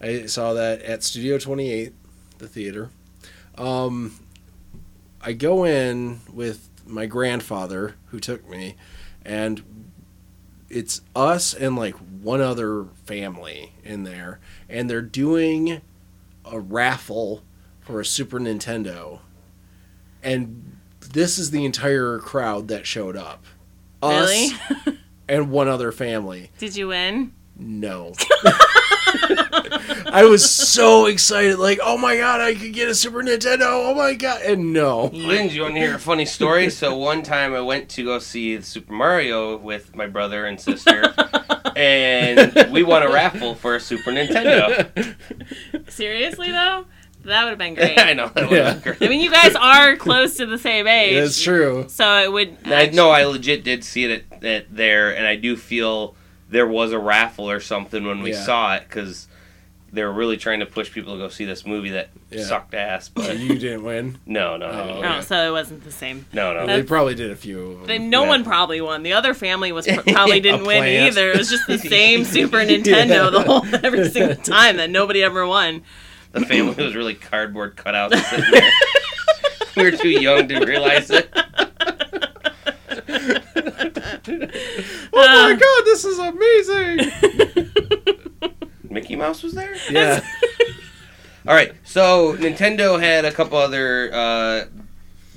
Speaker 1: I saw that at Studio 28, the theater. Um, I go in with my grandfather who took me, and it's us and like one other family in there, and they're doing a raffle for a Super Nintendo. And this is the entire crowd that showed up. Us
Speaker 3: really?
Speaker 1: and one other family.
Speaker 3: Did you win?
Speaker 1: No. *laughs* I was so excited, like, oh my god, I could get a Super Nintendo, oh my god, and no.
Speaker 2: Linz, you want to hear a funny story? So one time I went to go see Super Mario with my brother
Speaker 1: *laughs*
Speaker 2: and sister, and we won a raffle for a Super Nintendo.
Speaker 1: *laughs*
Speaker 3: Seriously though, that would have been
Speaker 2: *laughs*
Speaker 3: great.
Speaker 2: I know that was
Speaker 1: Yeah.
Speaker 3: I
Speaker 2: great.
Speaker 3: mean, you guys are close to the same age.
Speaker 1: It's true.
Speaker 3: So it would.
Speaker 2: I no, I legit did see it at, at there, and I do feel there was a raffle or something when we
Speaker 1: Yeah.
Speaker 2: saw it because they were really trying to push people to go see this movie that
Speaker 1: Yeah.
Speaker 2: sucked ass.
Speaker 1: So
Speaker 2: But
Speaker 1: you didn't win.
Speaker 2: no, no,
Speaker 1: Oh.
Speaker 2: no,
Speaker 3: Oh, so it wasn't the same.
Speaker 2: no, no.
Speaker 1: They
Speaker 3: That's-
Speaker 1: probably did a few of them.
Speaker 3: Then no
Speaker 2: Mm, Yeah.
Speaker 3: one probably won. The other family was pr-
Speaker 2: *laughs*
Speaker 3: probably didn't win
Speaker 1: plant.
Speaker 3: either. It was just the same Super Nintendo the whole every
Speaker 2: *laughs*
Speaker 3: single time that nobody ever won.
Speaker 2: The family was really cardboard cutouts
Speaker 1: *laughs*
Speaker 2: sitting there. we were too young to realize it.
Speaker 3: um,
Speaker 1: Oh my god, this is
Speaker 3: *laughs*
Speaker 1: amazing!
Speaker 2: Mickey Mouse was there.
Speaker 1: yeah.
Speaker 2: All right, so Nintendo had a couple other uh,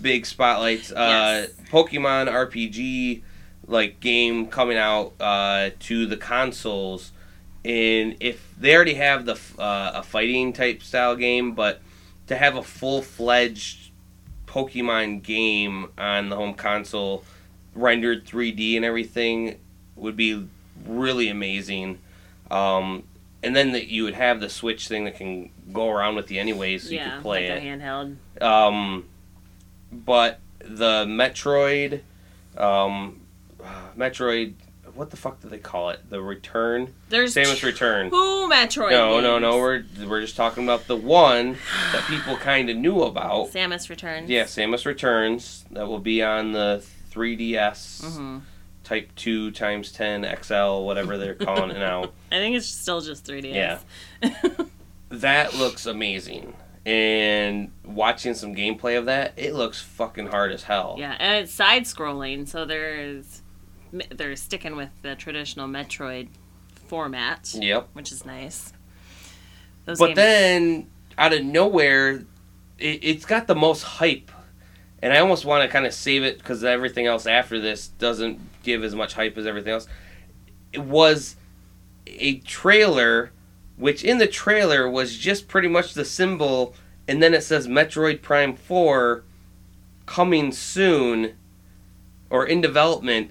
Speaker 2: big spotlights. Uh,
Speaker 3: Yes.
Speaker 2: Pokemon RPG like game coming out uh, to the consoles, and if they already have the f- uh, a fighting type style game, but to have a full fledged Pokemon game on the home console, rendered 3D and everything, would be really amazing. Um, and then that you would have the Switch thing that can go around with you anyway, so you
Speaker 3: yeah,
Speaker 2: could play
Speaker 3: like
Speaker 2: it.
Speaker 3: a handheld.
Speaker 2: Um, but the Metroid, um, Metroid, what the fuck do they call it? The Return,
Speaker 3: There's
Speaker 2: Samus Return.
Speaker 3: two Metroid.
Speaker 2: No, no, no.
Speaker 3: games.
Speaker 2: We're we're just talking about the one that people kind of knew about.
Speaker 3: *gasps* Samus Returns.
Speaker 2: Yeah, Samus Returns. That will be on the 3DS
Speaker 3: hmm
Speaker 2: Type 2 times 10 XL, whatever they're calling it now.
Speaker 3: I think it's still just 3DS.
Speaker 2: Yeah. That looks amazing. And watching some gameplay of that, it looks fucking hard as hell.
Speaker 3: Yeah, and it's side scrolling, so there's they're sticking with the traditional Metroid format,
Speaker 2: Yep.
Speaker 3: which is nice. Those
Speaker 2: but
Speaker 3: games,
Speaker 2: then, out of nowhere, it, it's got the most hype. And I almost want to kind of save it because everything else after this doesn't give as much hype as everything else. It was a trailer, which in the trailer was just pretty much the symbol, and then it says Metroid Prime 4 coming soon or in development.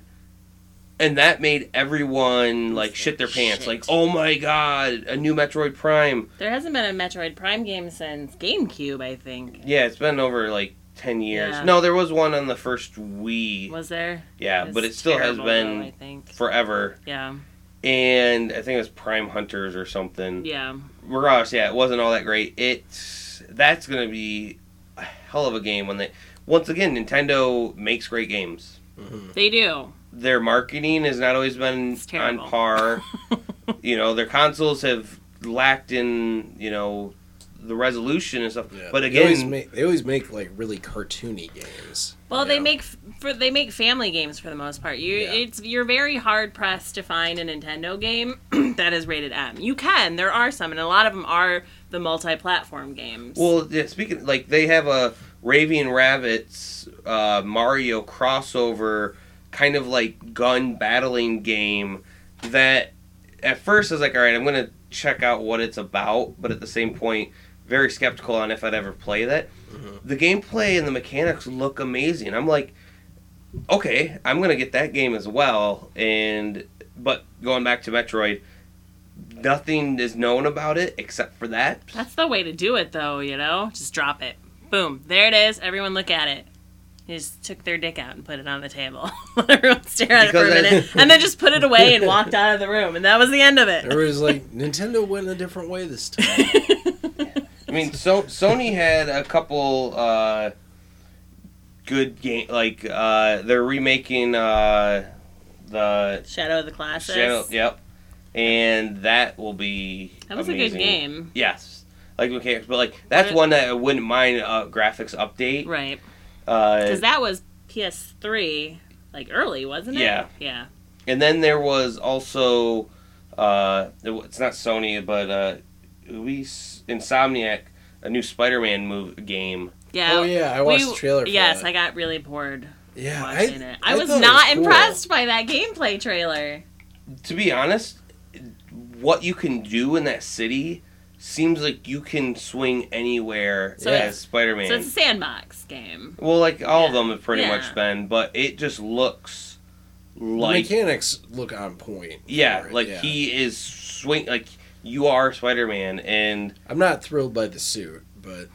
Speaker 2: And that made everyone like shit their pants.
Speaker 3: Shit.
Speaker 2: Like, oh my god, a new Metroid Prime.
Speaker 3: there hasn't been a Metroid Prime game since GameCube, I think.
Speaker 2: Yeah, it's been over like ten years.
Speaker 3: Yeah.
Speaker 2: No, there was one on the first Wii.
Speaker 3: Was there?
Speaker 2: yeah, but it
Speaker 3: It's
Speaker 2: still has
Speaker 3: terrible, though, I
Speaker 2: been
Speaker 3: think.
Speaker 2: forever.
Speaker 3: Yeah,
Speaker 2: And I think it was Prime Hunters or something.
Speaker 3: yeah.
Speaker 2: Regardless, yeah, it wasn't all that great. It's that's gonna be a hell of a game when they once again Nintendo makes great games.
Speaker 3: They do.
Speaker 2: Their marketing has not always been
Speaker 3: It's
Speaker 2: on
Speaker 3: terrible. *laughs*
Speaker 2: par. you know, their consoles have lacked in, you know, the resolution and stuff.
Speaker 1: Yeah.
Speaker 2: But
Speaker 1: they always,
Speaker 2: again,
Speaker 1: make, they always make like really cartoony games.
Speaker 3: Well, they
Speaker 1: Yeah.
Speaker 3: make f- for they make family games for the most part. You
Speaker 1: Yeah.
Speaker 3: it's you're very hard pressed to find a Nintendo game *clears throat* that is rated M. You can, there are some, and a lot of them are the multi-platform games.
Speaker 2: Well, yeah, speaking like they have a Raving Rabbits uh, Mario crossover kind of like gun battling game that at first I was like, all right, I'm gonna check out what it's about, but at the same point, very skeptical on if I'd ever play that. The gameplay and the mechanics look amazing. I'm like, okay, I'm gonna get that game as well. And but going back to Metroid, nothing is known about it except for that.
Speaker 3: That's the way to do it, though, you know? Just drop it. Boom. There it is. Everyone look at it. You just took their dick out and put it on the table. *laughs* Let everyone stare at it for a
Speaker 2: Because I-
Speaker 3: minute. and then just put it away and walked out of the room. And that was the end of it. *laughs*
Speaker 1: Everybody's like, Nintendo went a different way this time.
Speaker 2: I mean, so Sony had a couple uh, good game, like uh, they're remaking uh, the
Speaker 3: Shadow of the Classes.
Speaker 2: Shadow. Yep, and that will be
Speaker 3: That was a good
Speaker 2: amazing.
Speaker 3: game.
Speaker 2: Yes, like okay, but like that's
Speaker 3: What-
Speaker 2: one that I wouldn't mind a graphics update.
Speaker 3: Right.
Speaker 2: Uh,
Speaker 3: Because that was PS3, like early, wasn't it?
Speaker 2: Yeah.
Speaker 3: Yeah.
Speaker 2: and then there was also uh, it's not Sony, but uh, we Insomniac, a new Spider-Man move game.
Speaker 3: *laughs* Yeah.
Speaker 1: oh yeah, I watched the trailer. For
Speaker 3: yes,
Speaker 1: that.
Speaker 3: I got really bored
Speaker 1: yeah,
Speaker 3: watching it. I, was
Speaker 1: thought it
Speaker 3: not
Speaker 1: cool.
Speaker 3: impressed by that gameplay trailer.
Speaker 2: to be honest, what you can do in that city seems like you can swing anywhere
Speaker 3: So
Speaker 2: as
Speaker 1: it's-
Speaker 2: Spider Man.
Speaker 3: So it's a sandbox game.
Speaker 2: well, like all of
Speaker 3: Yeah.
Speaker 2: them have pretty
Speaker 3: Yeah.
Speaker 2: much been, but it just looks
Speaker 1: The
Speaker 2: like
Speaker 1: mechanics look on point.
Speaker 2: yeah,
Speaker 1: for it,
Speaker 2: like he is swing like you are Spider Man, and
Speaker 1: I'm not thrilled by the suit, but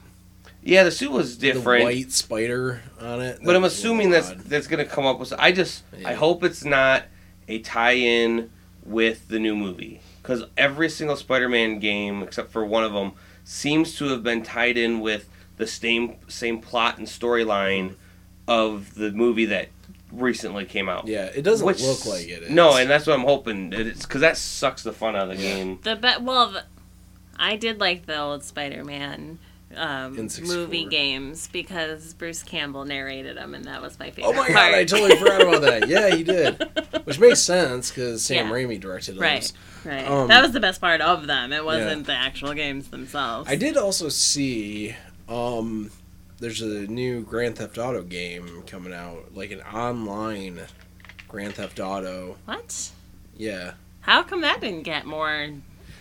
Speaker 2: yeah, the suit was
Speaker 1: the
Speaker 2: different.
Speaker 1: white spider on it.
Speaker 2: but I'm
Speaker 1: was a little
Speaker 2: assuming that's
Speaker 1: odd.
Speaker 2: that's gonna come up with. I just I
Speaker 1: Yeah.
Speaker 2: hope it's not a tie-in with the new movie because every single Spider-Man game except for one of them seems to have been tied in with the same same plot and storyline of the movie that recently came out.
Speaker 1: Yeah, it doesn't
Speaker 2: Which-
Speaker 1: look like it. Is.
Speaker 2: No, and that's what I'm hoping. that It's because that sucks the fun out of the game.
Speaker 3: The be- well, the, I did like the old Spider-Man um,
Speaker 1: N64.
Speaker 3: movie games because Bruce Campbell narrated them, and that was my favorite.
Speaker 1: oh
Speaker 2: *laughs*
Speaker 1: my god,
Speaker 3: part.
Speaker 1: I totally forgot about that. Yeah, you did, which makes sense because Sam
Speaker 3: Yeah.
Speaker 1: Raimi directed those.
Speaker 3: right, right.
Speaker 1: Um,
Speaker 3: that was the best part of them. It wasn't the actual games themselves.
Speaker 1: I did also see um there's a new Grand Theft Auto game coming out, like an online Grand Theft Auto.
Speaker 3: What?
Speaker 1: Yeah.
Speaker 3: How come that didn't get more?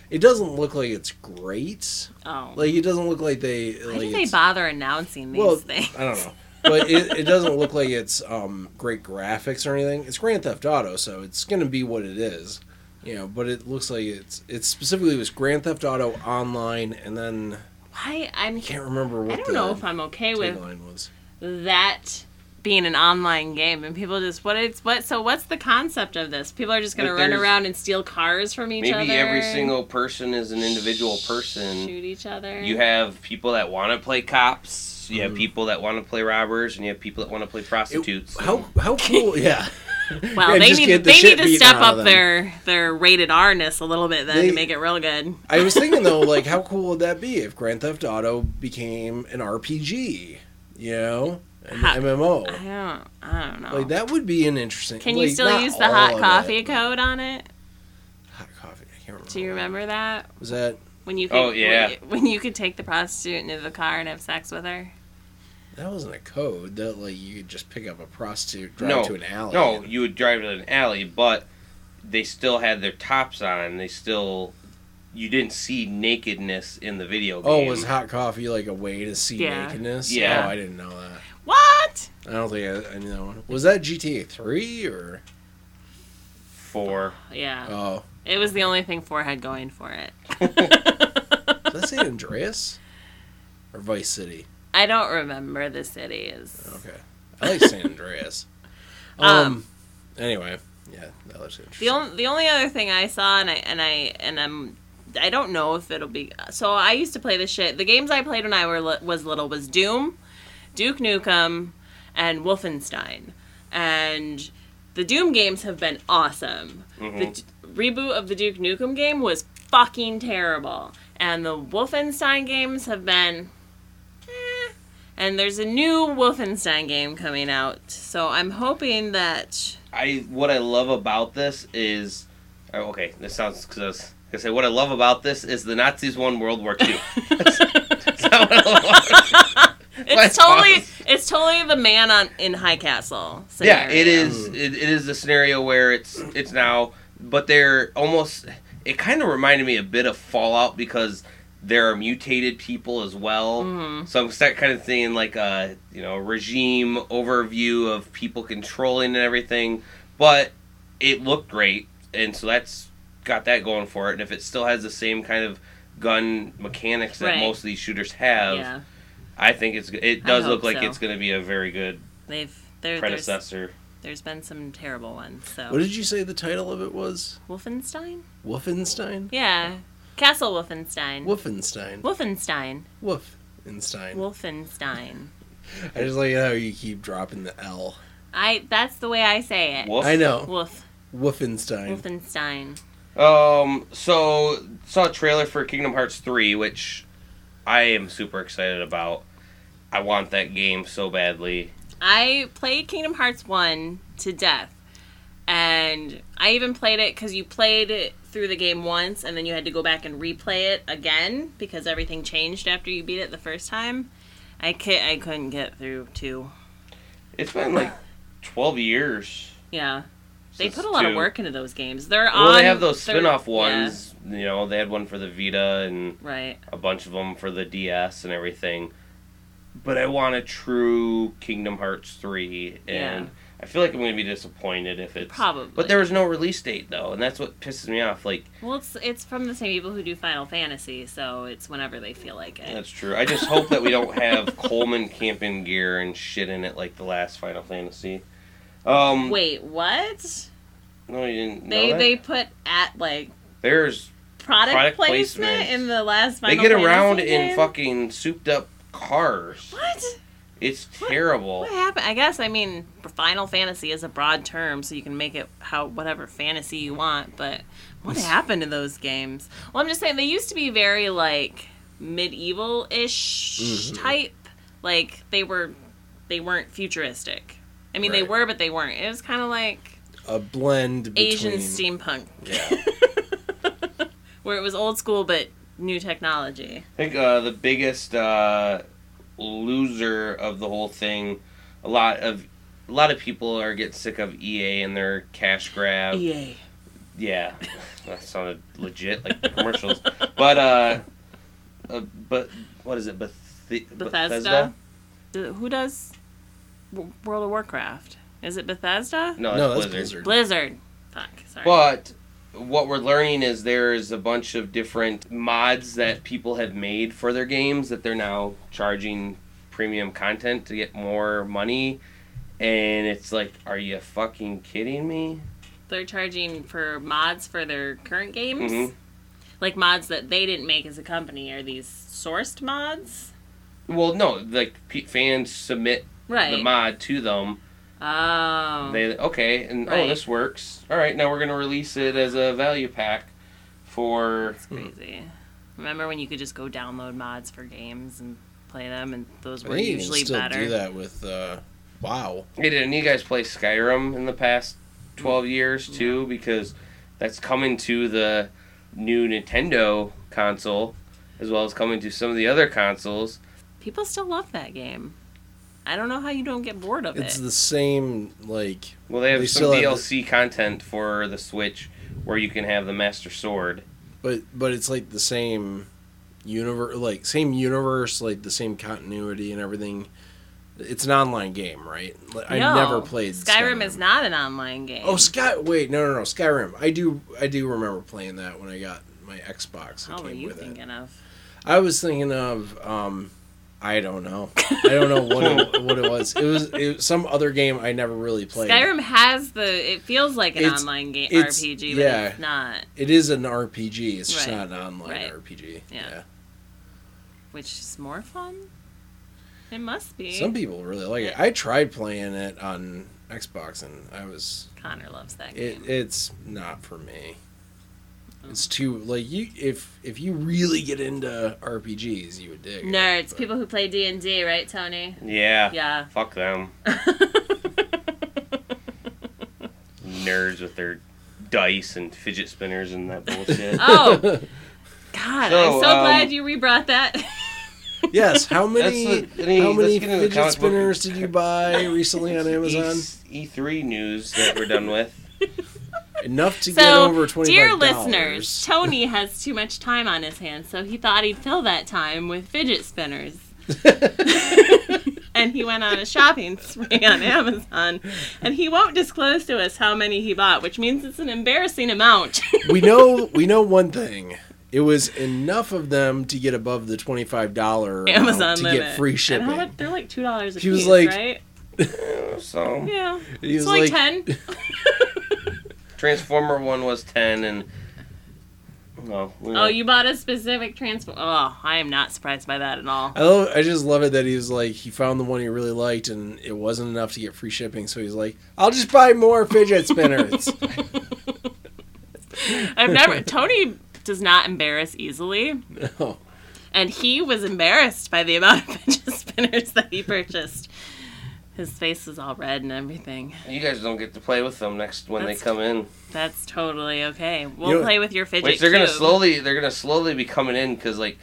Speaker 1: It doesn't look like it's great.
Speaker 3: Oh,
Speaker 1: Like it doesn't look like they like
Speaker 3: why do they
Speaker 1: it's-
Speaker 3: bother announcing these
Speaker 1: well,
Speaker 3: things?
Speaker 1: I don't know. But it, it doesn't look like it's um great graphics or anything. It's Grand Theft Auto, so it's going to be what it is. You know, but it looks like it's it specifically was Grand Theft Auto online and then
Speaker 3: Why? I'm.
Speaker 1: I can't remember what
Speaker 3: I don't
Speaker 1: the
Speaker 3: know if I'm okay with
Speaker 1: tagline was.
Speaker 3: that being an online game and people just what it's what so what's the concept of this? People are just going to
Speaker 2: Like,
Speaker 3: run
Speaker 2: there's-
Speaker 3: around and steal cars from each other.
Speaker 2: Maybe every single person is an individual person.
Speaker 3: shoot each other.
Speaker 2: You have people that want to play cops. You have
Speaker 1: Mhm.
Speaker 2: people that want to play robbers, and you have people that want to play prostitutes.
Speaker 1: How how
Speaker 3: *laughs*
Speaker 1: cool? Yeah. *laughs*
Speaker 3: Well,
Speaker 1: And
Speaker 3: they
Speaker 1: just
Speaker 3: need
Speaker 1: get the
Speaker 3: they
Speaker 1: shit
Speaker 3: need to
Speaker 1: beaten
Speaker 3: step
Speaker 1: out of
Speaker 3: up
Speaker 1: them.
Speaker 3: their their rated R ness a little bit then
Speaker 1: They-
Speaker 3: to make it real good.
Speaker 1: I was thinking though, like, how cool would that be if Grand Theft Auto became an RPG? You know, an
Speaker 3: Ha- I
Speaker 1: MMO.
Speaker 3: don't I don't know.
Speaker 1: Like that would be an interesting.
Speaker 3: Can
Speaker 1: like,
Speaker 3: you still
Speaker 1: not
Speaker 3: use the
Speaker 1: all
Speaker 3: hot
Speaker 1: of
Speaker 3: coffee
Speaker 1: it.
Speaker 3: code on it?
Speaker 1: Hot coffee. I can't remember.
Speaker 3: Do you remember that
Speaker 1: Was that
Speaker 3: when you could
Speaker 2: Oh, yeah.
Speaker 3: when, you, when you could take the prostitute into the car and have sex with her?
Speaker 1: that wasn't a code that like you could just pick up a prostitute, drive
Speaker 2: No.
Speaker 1: to an alley.
Speaker 2: No,
Speaker 1: and-
Speaker 2: you would drive to an alley, but they still had their tops on. They still, you didn't see nakedness in the video
Speaker 1: Oh,
Speaker 2: game.
Speaker 1: was hot coffee like a way to see
Speaker 3: Yeah.
Speaker 1: nakedness?
Speaker 2: Yeah.
Speaker 1: Oh, I didn't know that.
Speaker 3: What?
Speaker 1: I don't think I, I knew that one. Was that GTA three or?
Speaker 2: for
Speaker 3: Yeah.
Speaker 1: Oh,
Speaker 3: It was the only thing four had going for it.
Speaker 1: *laughs*
Speaker 3: *laughs*
Speaker 1: is that San Andreas or Vice City?
Speaker 3: I don't remember the cities.
Speaker 1: Okay. I like San Andreas. Um,
Speaker 3: *laughs* Um,
Speaker 1: Anyway, yeah, that looks interesting.
Speaker 3: The only the only other thing I saw and I and I and I'm I don't know if it'll be so I used to play this shit. The games I played when I were li- was little was Doom, Duke Nukem, and Wolfenstein. And the Doom games have been awesome. The
Speaker 2: Mhm.
Speaker 3: d- reboot of the Duke Nukem game was fucking terrible. And the Wolfenstein games have been eh. and there's a new Wolfenstein game coming out. So I'm hoping that
Speaker 2: *laughs*
Speaker 3: *laughs*
Speaker 2: I what I love about this is oh, okay. This sounds because I was gonna say what I love about this is the Nazis won World War II. That's not what I love.
Speaker 3: It's
Speaker 2: Like,
Speaker 3: totally
Speaker 2: honest-
Speaker 3: it's totally the man on in High Castle.
Speaker 2: yeah,
Speaker 3: scenario.
Speaker 2: it is. It, it is the scenario where it's it's now, but they're almost. It kind of reminded me a bit of Fallout because there are mutated people as well.
Speaker 3: Mhm.
Speaker 2: So I'm start kind of thinking like a you know regime overview of people controlling and everything, but it looked great, and so that's got that going for it. And if it still has the same kind of gun mechanics that
Speaker 3: Right.
Speaker 2: most of these shooters have,
Speaker 3: Yeah,
Speaker 2: I think it's g- it
Speaker 3: I
Speaker 2: does
Speaker 3: hope
Speaker 2: look like
Speaker 3: so.
Speaker 2: it's going to be a very good
Speaker 3: they've there, there's
Speaker 2: predecessor.
Speaker 3: there's been some terrible ones. So
Speaker 1: what did you say the title of it was?
Speaker 3: Wolfenstein?
Speaker 1: Wolfenstein?
Speaker 3: Yeah, Castle Wolfenstein.
Speaker 1: Wolfenstein.
Speaker 3: Wolfenstein.
Speaker 1: Wolfenstein.
Speaker 3: Wolfenstein.
Speaker 1: I just like how you keep dropping the L.
Speaker 3: I that's the way I say it.
Speaker 2: Wolf?
Speaker 1: I know.
Speaker 3: Wolf
Speaker 1: Wolfenstein.
Speaker 3: Wolfenstein.
Speaker 2: Um, so saw a trailer for Kingdom Hearts three, which I am super excited about. I want that game so badly.
Speaker 3: I played Kingdom Hearts 1 to death. And I even played it because you played it through the game once and then you had to go back and replay it again because everything changed after you beat it the first time. I, ca- I couldn't get through 2.
Speaker 2: It's been
Speaker 3: *laughs*
Speaker 2: like twelve years.
Speaker 3: Yeah. They
Speaker 2: since
Speaker 3: put a lot of
Speaker 2: two.
Speaker 3: work into those games. They're
Speaker 2: Well,
Speaker 3: on.
Speaker 2: they have those
Speaker 3: they're-
Speaker 2: spin-off
Speaker 3: yeah,
Speaker 2: ones. You know, they had one for the Vita and
Speaker 3: right.
Speaker 2: a bunch of them for the DS and everything. But I want a true Kingdom Hearts three, and
Speaker 3: Yeah.
Speaker 2: I feel like I'm going to be disappointed if it's.
Speaker 3: Probably.
Speaker 2: But there was no release date though, and that's what pisses me off. Like
Speaker 3: well, it's it's from the same people who do Final Fantasy, so it's whenever they feel like it.
Speaker 2: That's true. I just hope that we don't
Speaker 3: *laughs*
Speaker 2: have Coleman camping gear and shit in it like the last Final Fantasy. Um,
Speaker 3: Wait, what?
Speaker 2: no, you didn't know
Speaker 3: They
Speaker 2: that?
Speaker 3: they put at like
Speaker 2: There's
Speaker 3: product,
Speaker 2: Product
Speaker 3: placement,
Speaker 2: placement.
Speaker 3: in the last
Speaker 2: they
Speaker 3: Final
Speaker 2: get around
Speaker 3: Fantasy
Speaker 2: in
Speaker 3: game?
Speaker 2: fucking souped up cars.
Speaker 3: What?
Speaker 2: It's
Speaker 3: What?
Speaker 2: terrible.
Speaker 3: What happened? I guess I mean Final Fantasy is a broad term, so you can make it how whatever fantasy you want. But what happened to those games? Well, I'm just saying they used to be very like medieval ish
Speaker 2: Mm-hmm.
Speaker 1: Mhm.
Speaker 3: type. Like they were, they weren't futuristic. I mean, they
Speaker 1: Right.
Speaker 3: were, but they weren't. It was kind of like
Speaker 1: A blend between.
Speaker 3: Asian steampunk,
Speaker 1: Yeah.
Speaker 3: *laughs* where it was old school but new technology.
Speaker 2: I think uh, the biggest uh, loser of the whole thing, a lot of a lot of people are getting sick of EA and their cash grab.
Speaker 1: E
Speaker 3: EA.
Speaker 2: Yeah, that sounded legit, like the commercials. but uh, uh, but what is it, Bethe-
Speaker 3: Bethesda. Do- Who does W- World of Warcraft? Is it Bethesda?
Speaker 2: No, that's,
Speaker 1: no, that's Blizzard.
Speaker 2: Blizzard.
Speaker 3: Blizzard. Fuck. Sorry.
Speaker 1: uh,
Speaker 2: But what we're learning is there is a bunch of different mods that people have made for their games that they're now charging premium content to get more money. And it's like, are you fucking kidding me?
Speaker 3: They're charging for mods for their current games,
Speaker 1: Mm-hmm.
Speaker 2: Mhm.
Speaker 3: like mods that they didn't make as a company. Are these sourced mods?
Speaker 2: Well, no, like p- fans submit the
Speaker 3: Right.
Speaker 2: mod to them.
Speaker 3: oh.
Speaker 2: They okay, and oh,
Speaker 3: Right.
Speaker 2: this works. All right, now we're gonna release it as a value pack for
Speaker 3: It's crazy. Remember when you could just go download mods for games and play them, and those
Speaker 1: I
Speaker 3: were
Speaker 1: think you can
Speaker 3: usually
Speaker 1: still
Speaker 3: better.
Speaker 1: do that with uh, WoW.
Speaker 2: Hey, didn't you guys play Skyrim in the past 12
Speaker 3: Mm.
Speaker 2: years too? Because that's coming to the new Nintendo console, as well as coming to some of the other consoles.
Speaker 3: People still love that game. I don't know how you don't get bored of
Speaker 1: It's
Speaker 3: it.
Speaker 1: the same like
Speaker 2: Well, they have
Speaker 1: They
Speaker 2: some
Speaker 1: still have
Speaker 2: DLC content for the Switch where you can have the Master Sword.
Speaker 1: but but it's like the same universe like same universe like the same continuity and everything it's an online game right Like, i
Speaker 3: No,
Speaker 1: never played
Speaker 3: Skyrim, is not an online game.
Speaker 1: oh sky wait no no no skyrim i do i do remember playing that when i got my xbox
Speaker 3: How
Speaker 1: that
Speaker 3: were
Speaker 1: came
Speaker 3: Oh, you
Speaker 1: with it
Speaker 3: thinking of?
Speaker 1: i was thinking of um i don't know i don't know what
Speaker 2: *laughs*
Speaker 1: it, what it was it was it, some other game i never really played
Speaker 3: Skyrim has the. It feels like an
Speaker 1: It's-
Speaker 3: online game
Speaker 1: it's-
Speaker 3: RPG,
Speaker 1: yeah.
Speaker 3: but it's not,
Speaker 1: it is an rpg it's just
Speaker 3: Right,
Speaker 1: not an online
Speaker 3: right.
Speaker 1: rpg
Speaker 3: Yeah.
Speaker 1: yeah.
Speaker 3: which is more fun. It must be.
Speaker 1: Some people really like it. I tried playing it on Xbox and I was
Speaker 3: Connor loves that
Speaker 1: it
Speaker 3: game.
Speaker 1: it's not for me.
Speaker 3: Oh.
Speaker 1: It's too like you if if you really get into RPGs, you would dig. it,
Speaker 3: Nerds,
Speaker 1: but-
Speaker 3: people who play D and D, right, Tony?
Speaker 2: Yeah.
Speaker 3: Yeah. *laughs*
Speaker 2: Fuck them. Nerds with their dice and fidget spinners and
Speaker 3: *laughs*
Speaker 2: that bullshit.
Speaker 3: Oh, God! I'm so
Speaker 2: So, um,
Speaker 3: glad you rebrought that.
Speaker 1: *laughs*
Speaker 3: *laughs*
Speaker 1: Yes, how many
Speaker 2: That's the- I mean,
Speaker 1: how
Speaker 2: let's
Speaker 1: many
Speaker 2: get into the comic
Speaker 1: fidget
Speaker 2: book-
Speaker 1: spinners did
Speaker 2: *laughs*
Speaker 1: you buy recently on Amazon?
Speaker 2: E- E3 news that we're done with.
Speaker 1: Enough to get
Speaker 3: so,
Speaker 1: over twenty
Speaker 3: dear
Speaker 1: five *laughs* dollars.
Speaker 3: listeners, Tony has too much time on his hands, so he thought he'd fill that time with fidget spinners. and he went on a shopping *laughs* spree on Amazon, and he won't disclose to us how many he bought, which means it's an embarrassing amount. *laughs*
Speaker 1: we know we know one thing. It was enough of them to get above the twenty five dollar
Speaker 3: Amazon
Speaker 1: to
Speaker 3: limit.
Speaker 1: get free *laughs*
Speaker 3: And how
Speaker 1: shipping.
Speaker 3: much- they're like two dollars a
Speaker 1: He was
Speaker 3: piece,
Speaker 1: like-
Speaker 3: right?
Speaker 2: So
Speaker 3: Yeah,
Speaker 1: He
Speaker 3: it's
Speaker 1: was like-
Speaker 3: like,
Speaker 1: *laughs*
Speaker 3: ten. *laughs*
Speaker 2: Transformer one was ten, and well, we
Speaker 3: Oh, you bought a specific transform. Oh, I am not surprised by that at all.
Speaker 1: I love. I just love it that he was like he found the one he really liked, and it wasn't enough to get free shipping. So he's like, "I'll just buy more fidget spinners." *laughs*
Speaker 3: *laughs* I've never. Tony does not embarrass easily,
Speaker 1: oh,
Speaker 3: and he was embarrassed by the amount of fidget *laughs* spinners that he purchased. His face was all red and everything.
Speaker 2: you guys don't get to play with them next when
Speaker 3: That's-
Speaker 2: they come in.
Speaker 3: That's totally okay. We'll
Speaker 1: You know-
Speaker 3: play with your fidget.
Speaker 2: Which they're gonna
Speaker 3: cube.
Speaker 2: slowly, they're gonna slowly be coming in because like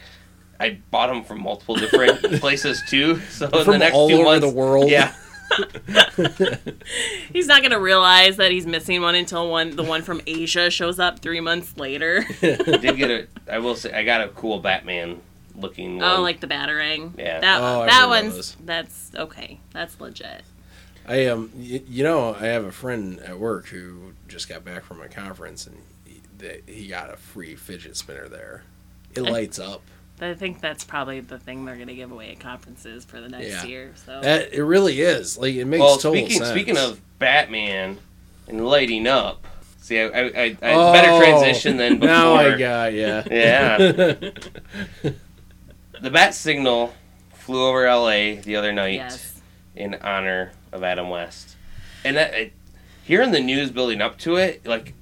Speaker 2: I bought them from multiple different
Speaker 1: *laughs*
Speaker 2: places too. So in the
Speaker 1: from
Speaker 2: next
Speaker 1: all
Speaker 2: few
Speaker 1: over
Speaker 2: months,
Speaker 1: the world.
Speaker 2: yeah,
Speaker 3: He's not gonna realize that he's missing one until one the one from Asia shows up three months later. *laughs*
Speaker 1: *laughs*
Speaker 2: *laughs* I did get a. I will say I got a cool Batman looking. one.
Speaker 3: Oh, like the batarang.
Speaker 2: Yeah.
Speaker 3: That
Speaker 1: Oh, I
Speaker 3: that
Speaker 1: remember
Speaker 3: one's
Speaker 1: those.
Speaker 3: that's okay. That's legit.
Speaker 1: I um, y- you know, I have a friend at work who just got back from a conference, and he, that- he got a free fidget spinner there. It
Speaker 3: Eh.
Speaker 1: lights up.
Speaker 3: I think that's probably the thing they're going to give away at conferences for the next
Speaker 1: Yeah.
Speaker 3: year. So
Speaker 1: That it really is like it makes
Speaker 2: well,
Speaker 1: total
Speaker 2: speaking
Speaker 1: sense.
Speaker 2: speaking of Batman and lighting up. See, I, I, I, I
Speaker 1: Oh,
Speaker 2: better transition than
Speaker 1: *laughs*
Speaker 2: before.
Speaker 1: Now I got
Speaker 2: *laughs*
Speaker 1: yeah. *laughs*
Speaker 2: Yeah. The bat signal flew over LA the other night
Speaker 3: yes,
Speaker 2: in honor of Adam West. And that it, hearing the news building up to it, like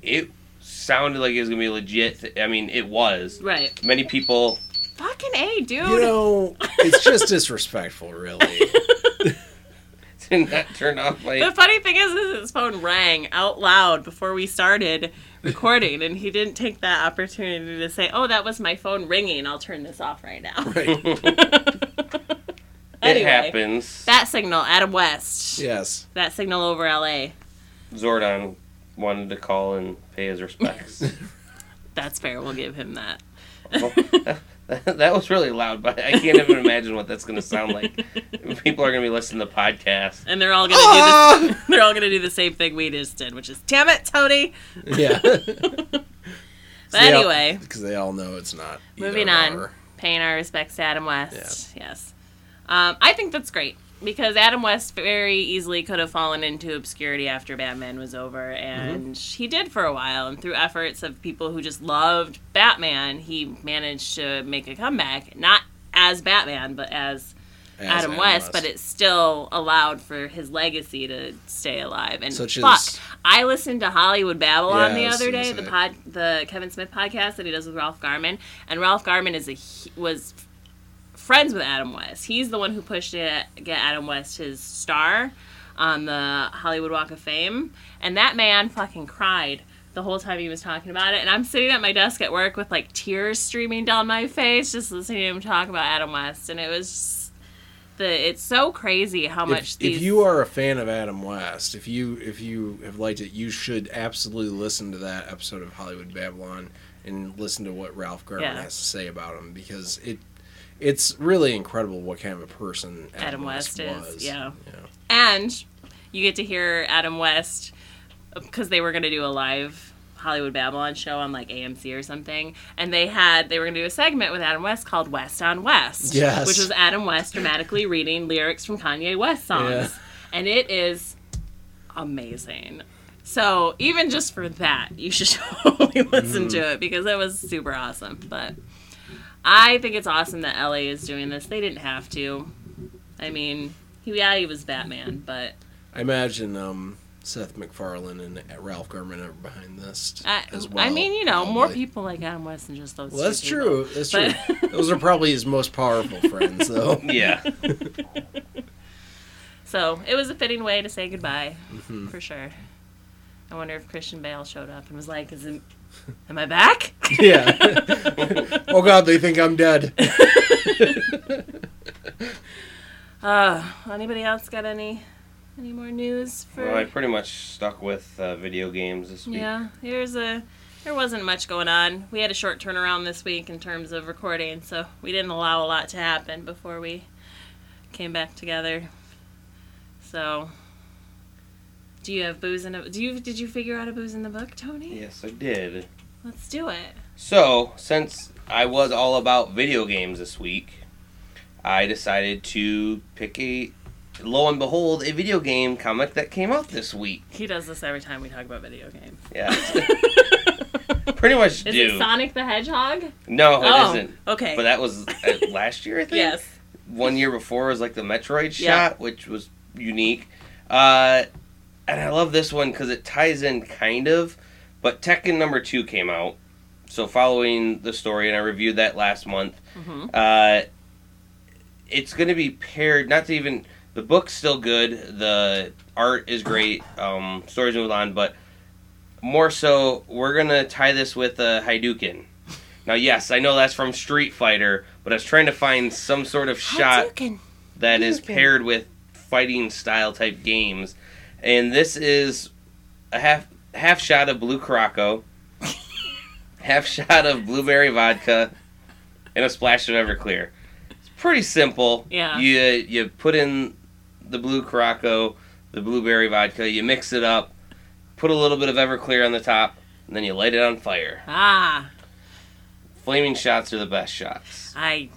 Speaker 2: it sounded like it was going to be legit. I mean, it was.
Speaker 3: right.
Speaker 2: Many people *laughs*
Speaker 3: Fucking a, dude.
Speaker 1: You know, it's just disrespectful, really.
Speaker 2: *laughs* did not turn off
Speaker 3: the
Speaker 2: my
Speaker 3: funny thing is, is his phone rang out loud before we started recording, and he didn't take that opportunity to say, "Oh, that was my phone ringing. I'll turn this off right now." *laughs*
Speaker 1: Right.
Speaker 2: It
Speaker 3: anyway,
Speaker 2: happens.
Speaker 3: That signal, Adam West.
Speaker 1: Yes.
Speaker 3: That signal over LA.
Speaker 2: Zordon wanted to call and pay
Speaker 1: *laughs*
Speaker 2: his respects.
Speaker 3: That's fair. We'll give him that.
Speaker 2: Well, *laughs* that, that was really loud, but I can't even imagine what that's going to sound
Speaker 3: *laughs*
Speaker 2: like. People are going to be listening to the podcast.
Speaker 3: And they're all gonna do
Speaker 1: Ah!
Speaker 3: this, *laughs* they're all gonna do the same thing we just did, which is damn it, Tony. *laughs*
Speaker 1: Yeah. *laughs*
Speaker 3: But anyway,
Speaker 1: because they all know it's not.
Speaker 3: Moving
Speaker 1: either
Speaker 3: on.
Speaker 1: or.
Speaker 3: paying our respects to Adam West. Yes. Um, I think that's great because Adam West very easily could have fallen into obscurity after Batman was over, and he did for a while. And through efforts of people who just loved Batman, he managed to make a comeback, not as Batman, but as,
Speaker 1: As
Speaker 3: Adam, West, But it still allowed for his legacy to stay alive. And
Speaker 1: Such
Speaker 3: fuck,
Speaker 1: as-
Speaker 3: I listened to Hollywood Babylon
Speaker 1: Yeah, I
Speaker 3: the
Speaker 1: was
Speaker 3: other
Speaker 1: gonna
Speaker 3: day, the
Speaker 1: say.
Speaker 3: pod, the Kevin Smith podcast that he does with Ralph Garman, and Ralph Garman is a he- was friends with Adam West. He's the one who pushed to get Adam West his star on the Hollywood Walk of Fame, and that man fucking cried the whole time he was talking about it. And I'm sitting at my desk at work with like tears streaming down my face just listening to him talk about Adam West, and it was. Just, the, it's so crazy how much
Speaker 1: if,
Speaker 3: these
Speaker 1: if you are a fan of Adam West, if you if you have liked it, you should absolutely listen to that episode of Hollywood Babylon and listen to what Ralph Garman
Speaker 3: Yeah.
Speaker 1: has to say about him because it it's really incredible what kind of a person Adam,
Speaker 3: Adam
Speaker 1: West,
Speaker 3: West is,
Speaker 1: was.
Speaker 3: yeah. and you get to hear Adam West because they were going to do a live Hollywood Babylon show on like AMC or something, and they had they were going to do a segment with Adam West called West on West,
Speaker 1: Yes.
Speaker 3: which was Adam West dramatically reading lyrics from Kanye West songs,
Speaker 1: Yeah.
Speaker 3: and it is amazing. So even just for that, you should *laughs* totally listen
Speaker 1: Mm-hmm.
Speaker 3: to it because it was super awesome. But I think it's awesome that LA is doing this. They didn't have to. I mean, he- yeah, he was Batman, but
Speaker 1: I imagine um, Seth MacFarlane and Ralph Garman are behind this
Speaker 3: I,
Speaker 1: as well.
Speaker 3: uh, I mean, you know, more
Speaker 1: probably.
Speaker 3: people like Adam West than just those.
Speaker 1: Well, that's
Speaker 3: two
Speaker 1: true. That's true.
Speaker 3: But- *laughs*
Speaker 1: Those are probably his most powerful friends, though.
Speaker 2: *laughs* Yeah.
Speaker 3: people. *laughs* So it was a fitting way to say goodbye,
Speaker 1: Mm-hmm.
Speaker 3: for sure. I wonder if Christian Bale showed up and was like, "Is it, am I back?"
Speaker 1: *laughs*
Speaker 3: *laughs*
Speaker 1: yeah. oh God, they think I'm dead.
Speaker 3: Uh, anybody else got any any more news for?
Speaker 2: Well, I pretty much stuck with uh, video games this week.
Speaker 3: Yeah, here's a there wasn't much going on. We had a short turnaround this week in terms of recording, so we didn't allow a lot to happen before we came back together. So, do you have booze in a do you did you figure out a booze in the book, Tony?
Speaker 2: Yes, I did.
Speaker 3: Let's do it.
Speaker 2: So, since I was all about video games this week, I decided to pick a, lo and behold, a video game comic that came out this week.
Speaker 3: He does this every time we talk about video *laughs* games.
Speaker 2: Yeah, *laughs*
Speaker 3: Is
Speaker 2: pretty much do.
Speaker 3: it Sonic the Hedgehog?
Speaker 2: no, it
Speaker 3: oh,
Speaker 2: not
Speaker 3: okay.
Speaker 2: But that was uh, last year, I think.
Speaker 3: yes.
Speaker 2: One year before was like the Metroid
Speaker 3: Yeah.
Speaker 2: shot, which was unique. Uh, and I love this one because it ties in kind of. But Tekken number two came out, so following the story, and I reviewed that last month.
Speaker 3: hmm
Speaker 2: Uh, it's going to be paired. Not to even the book's still good. The art is great. Um, stories move on, but more so, we're gonna tie this with uh, Hadouken. Now, yes, I know that's from Street Fighter, but I was trying to find some sort of shot that is
Speaker 3: Hadouken.
Speaker 2: paired with fighting style type games, and this is a half half shot of Blue
Speaker 3: *laughs*
Speaker 2: Caraco, half shot of blueberry vodka, and a splash of Everclear. It's pretty simple.
Speaker 3: Yeah.
Speaker 2: You you put in the Blue Caraco, the blueberry vodka, you mix it up, put a little bit of Everclear on the top, and then you light it on fire.
Speaker 3: Ah,
Speaker 2: Flaming shots are the best shots.
Speaker 3: I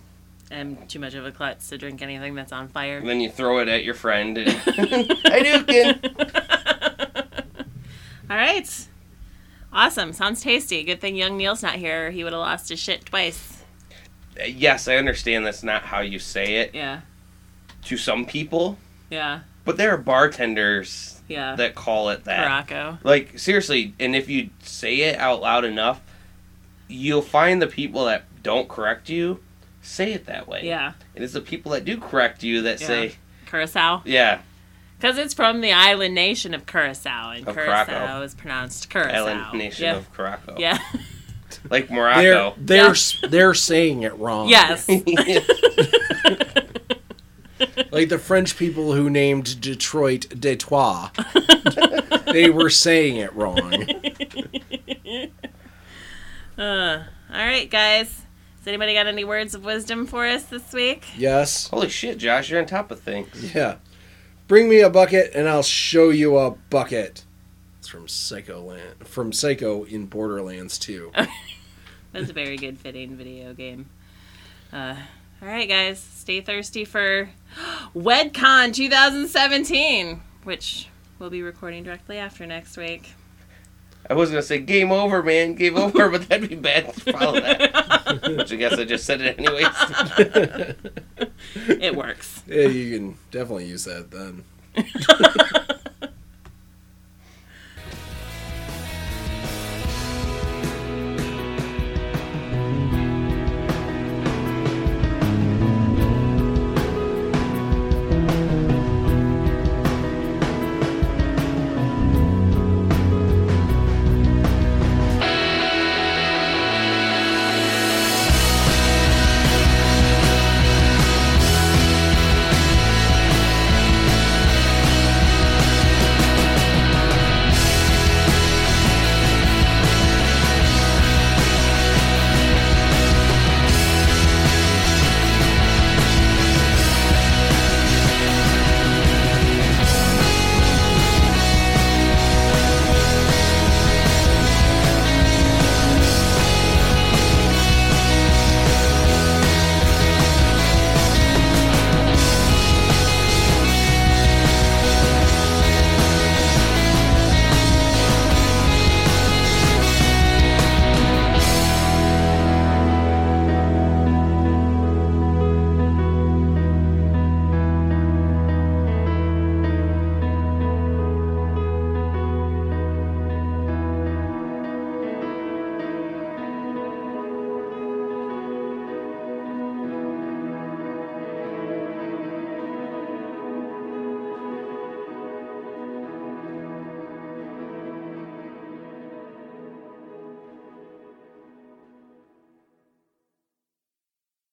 Speaker 3: am too much of a klutz to drink anything that's on fire.
Speaker 2: And then you throw it at your friend
Speaker 3: *laughs*
Speaker 2: and *laughs* Hadouken.
Speaker 3: *laughs* All right. Awesome. Sounds tasty. Good thing young Neil's not here. or He would have lost his shit twice.
Speaker 2: yes, I understand that's not how you say it
Speaker 3: Yeah.
Speaker 2: to some people,
Speaker 3: Yeah.
Speaker 2: but there are bartenders
Speaker 3: Yeah.
Speaker 2: that call it that.
Speaker 3: Morocco.
Speaker 2: Like seriously, and if you say it out loud enough, you'll find the people that don't correct you say it that way.
Speaker 3: Yeah.
Speaker 2: And it's the people that do correct you that
Speaker 3: Yeah.
Speaker 2: say,
Speaker 3: Curacao.
Speaker 2: yeah,
Speaker 3: Because it's from the island nation of Curacao. And
Speaker 2: Of
Speaker 3: Curacao
Speaker 2: Morocco.
Speaker 3: is pronounced Curacao.
Speaker 2: island nation
Speaker 3: yeah.
Speaker 2: of Caraco.
Speaker 3: *laughs* Yeah.
Speaker 2: Like
Speaker 1: They're
Speaker 2: Morocco.
Speaker 1: they're
Speaker 3: Yeah.
Speaker 1: s they're saying it wrong.
Speaker 3: yes.
Speaker 1: like the French people who named Detroit Detroit. *laughs* they were saying it wrong.
Speaker 3: Uh, all right, guys. Has anybody got any words of wisdom for us this week?
Speaker 1: Yes.
Speaker 2: *laughs* Holy shit, Josh, you're on top of things.
Speaker 1: Yeah. Bring me a bucket and I'll show you a bucket. It's from Psycho Land, from Psycho in Borderlands 2.
Speaker 3: That's a very good fitting video game. Uh, All right, guys, stay thirsty for *gasps* WedCon 2017, which we'll be recording directly after next week.
Speaker 2: I was gonna say game over, man, game over, but that'd be bad to follow that.
Speaker 3: *laughs*
Speaker 2: Which I guess I just said it anyways.
Speaker 3: It works.
Speaker 1: Yeah, you can definitely use that then.